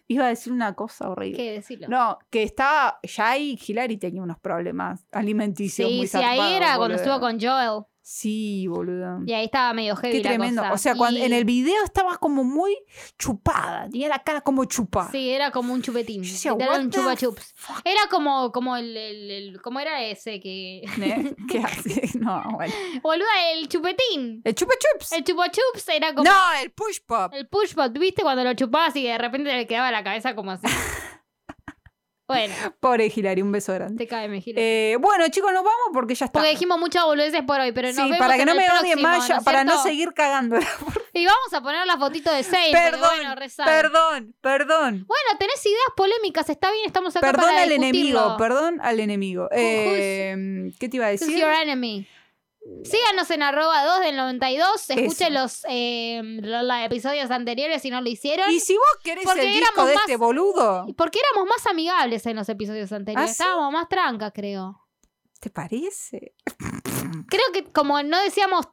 Speaker 1: Iba a decir una cosa horrible.
Speaker 2: ¿Qué decirlo?
Speaker 1: No, que estaba. Ya ahí Hillary tenía unos problemas alimenticios.
Speaker 2: Sí,
Speaker 1: muy
Speaker 2: sí, ahí
Speaker 1: zarpados,
Speaker 2: era cuando
Speaker 1: boludo.
Speaker 2: estuvo con Joel.
Speaker 1: Sí, boludo.
Speaker 2: Y ahí estaba medio heavy
Speaker 1: Qué
Speaker 2: la
Speaker 1: tremendo.
Speaker 2: cosa.
Speaker 1: O sea, cuando,
Speaker 2: Y-
Speaker 1: en el video estaba como muy chupada. Tenía la cara como chupada.
Speaker 2: Sí, era como un chupetín.
Speaker 1: Yo decía,
Speaker 2: Literal,
Speaker 1: "What
Speaker 2: un
Speaker 1: the
Speaker 2: chupa chups. Era como, como el, el, el- ¿Cómo era ese que.
Speaker 1: ¿Eh? ¿Qué hace? No, bueno.
Speaker 2: Boluda, el chupetín.
Speaker 1: El chupa chups.
Speaker 2: El chupa chups era como.
Speaker 1: No, el push pop.
Speaker 2: El pushbot, ¿viste? Cuando lo chupabas y de repente le quedaba la cabeza como así. Bueno,
Speaker 1: Pobre Hilary, un beso grande.
Speaker 2: te cae, me giro.
Speaker 1: Eh, bueno, chicos, nos vamos porque ya está.
Speaker 2: Porque dijimos muchas boludeces por hoy, pero nos
Speaker 1: Sí,
Speaker 2: vemos
Speaker 1: para que
Speaker 2: en
Speaker 1: no
Speaker 2: el
Speaker 1: me odien
Speaker 2: próximo,
Speaker 1: más, ya-
Speaker 2: es
Speaker 1: para no
Speaker 2: cierto?
Speaker 1: seguir cagando.
Speaker 2: Y vamos a poner la fotito de Sein, porque,
Speaker 1: perdón,
Speaker 2: bueno, rezar.
Speaker 1: perdón, perdón.
Speaker 2: Bueno, tenés ideas polémicas, está bien, estamos acá
Speaker 1: Perdón
Speaker 2: para
Speaker 1: al
Speaker 2: discutirlo.
Speaker 1: enemigo, perdón al enemigo. Eh, ¿Qué te iba a
Speaker 2: Who's
Speaker 1: decir?
Speaker 2: your enemy? Síganos en arroba 2 del 92, escuchen
Speaker 1: Eso.
Speaker 2: los, eh, lo- los episodios anteriores si no lo hicieron.
Speaker 1: Y si vos querés
Speaker 2: Porque
Speaker 1: el disco
Speaker 2: éramos
Speaker 1: de
Speaker 2: más-
Speaker 1: este boludo,
Speaker 2: Porque éramos más amigables en los episodios anteriores,
Speaker 1: ¿Ah, sí?
Speaker 2: estábamos más trancas, creo.
Speaker 1: ¿te parece?
Speaker 2: Creo que como no decíamos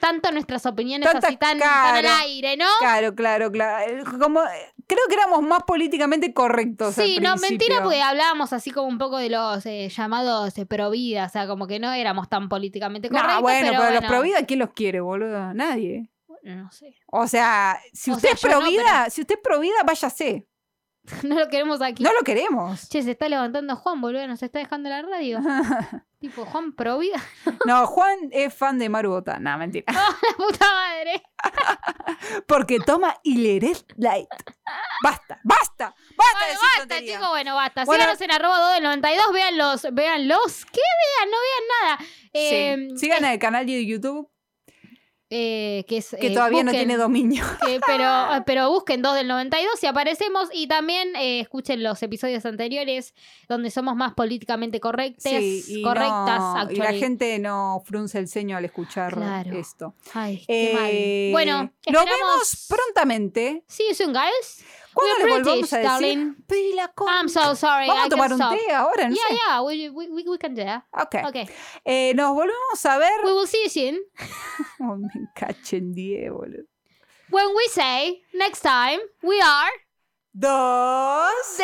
Speaker 2: tanto nuestras opiniones
Speaker 1: Tanta
Speaker 2: así tan, tan al
Speaker 1: cara.
Speaker 2: aire, ¿no?
Speaker 1: Claro, claro, claro. Eh, Como, eh, creo que éramos más políticamente correctos. al
Speaker 2: Sí, no, mentira,
Speaker 1: principio.
Speaker 2: porque hablábamos así como un poco de los eh, llamados eh, pro vida, o sea, como que no éramos tan políticamente
Speaker 1: No,
Speaker 2: correctos.
Speaker 1: bueno, pero,
Speaker 2: pero
Speaker 1: los provida, ¿quién los quiere, boludo? Nadie.
Speaker 2: bueno, No sé.
Speaker 1: O sea, si
Speaker 2: O
Speaker 1: usted
Speaker 2: sea,
Speaker 1: es
Speaker 2: yo no,
Speaker 1: provida, si usted es provida, váyase.
Speaker 2: No lo queremos aquí.
Speaker 1: No lo queremos.
Speaker 2: Che, se está levantando Juan, boludo, nos está dejando la radio. tipo, Juan pro vida.
Speaker 1: No, Juan es fan de Maru Botán. No, mentira.
Speaker 2: la puta madre.
Speaker 1: Porque toma Hileret Light. Basta, basta, basta de
Speaker 2: Bueno,
Speaker 1: decir
Speaker 2: basta,
Speaker 1: tonterías.
Speaker 2: chicos, bueno, basta.
Speaker 1: Bueno.
Speaker 2: Síganos en arroba 2 del 92, vean los, vean los, ¿qué vean? No vean nada. Eh,
Speaker 1: Sí. Sigan el canal de YouTube
Speaker 2: eh, que es,
Speaker 1: que
Speaker 2: eh,
Speaker 1: todavía no
Speaker 2: busquen-
Speaker 1: tiene dominio.
Speaker 2: que- pero, pero busquen 2 del 92 y aparecemos. Y también eh, escuchen los episodios anteriores donde somos más políticamente correctes,
Speaker 1: Sí, y,
Speaker 2: correctas.
Speaker 1: no- y la
Speaker 2: actually.
Speaker 1: gente no frunce el ceño al escuchar
Speaker 2: Claro.
Speaker 1: esto.
Speaker 2: Ay, qué
Speaker 1: Eh,
Speaker 2: mal. Bueno,
Speaker 1: nos
Speaker 2: esperamos.
Speaker 1: vemos prontamente.
Speaker 2: See you soon, guys.
Speaker 1: ¿Cuándo
Speaker 2: We're
Speaker 1: les volvemos
Speaker 2: British,
Speaker 1: a decir?
Speaker 2: darling.
Speaker 1: Pero la con-
Speaker 2: I'm so sorry.
Speaker 1: Vamos
Speaker 2: I
Speaker 1: a tomar
Speaker 2: can't
Speaker 1: un
Speaker 2: stop.
Speaker 1: té ahora, no
Speaker 2: yeah,
Speaker 1: sé.
Speaker 2: yeah, we, we, we, we can do that.
Speaker 1: Ok.
Speaker 2: Okay.
Speaker 1: Eh, nos volvemos a ver.
Speaker 2: We will see you soon
Speaker 1: Oh, me cachen 10, boludo.
Speaker 2: when we say next time we are.
Speaker 1: Dos.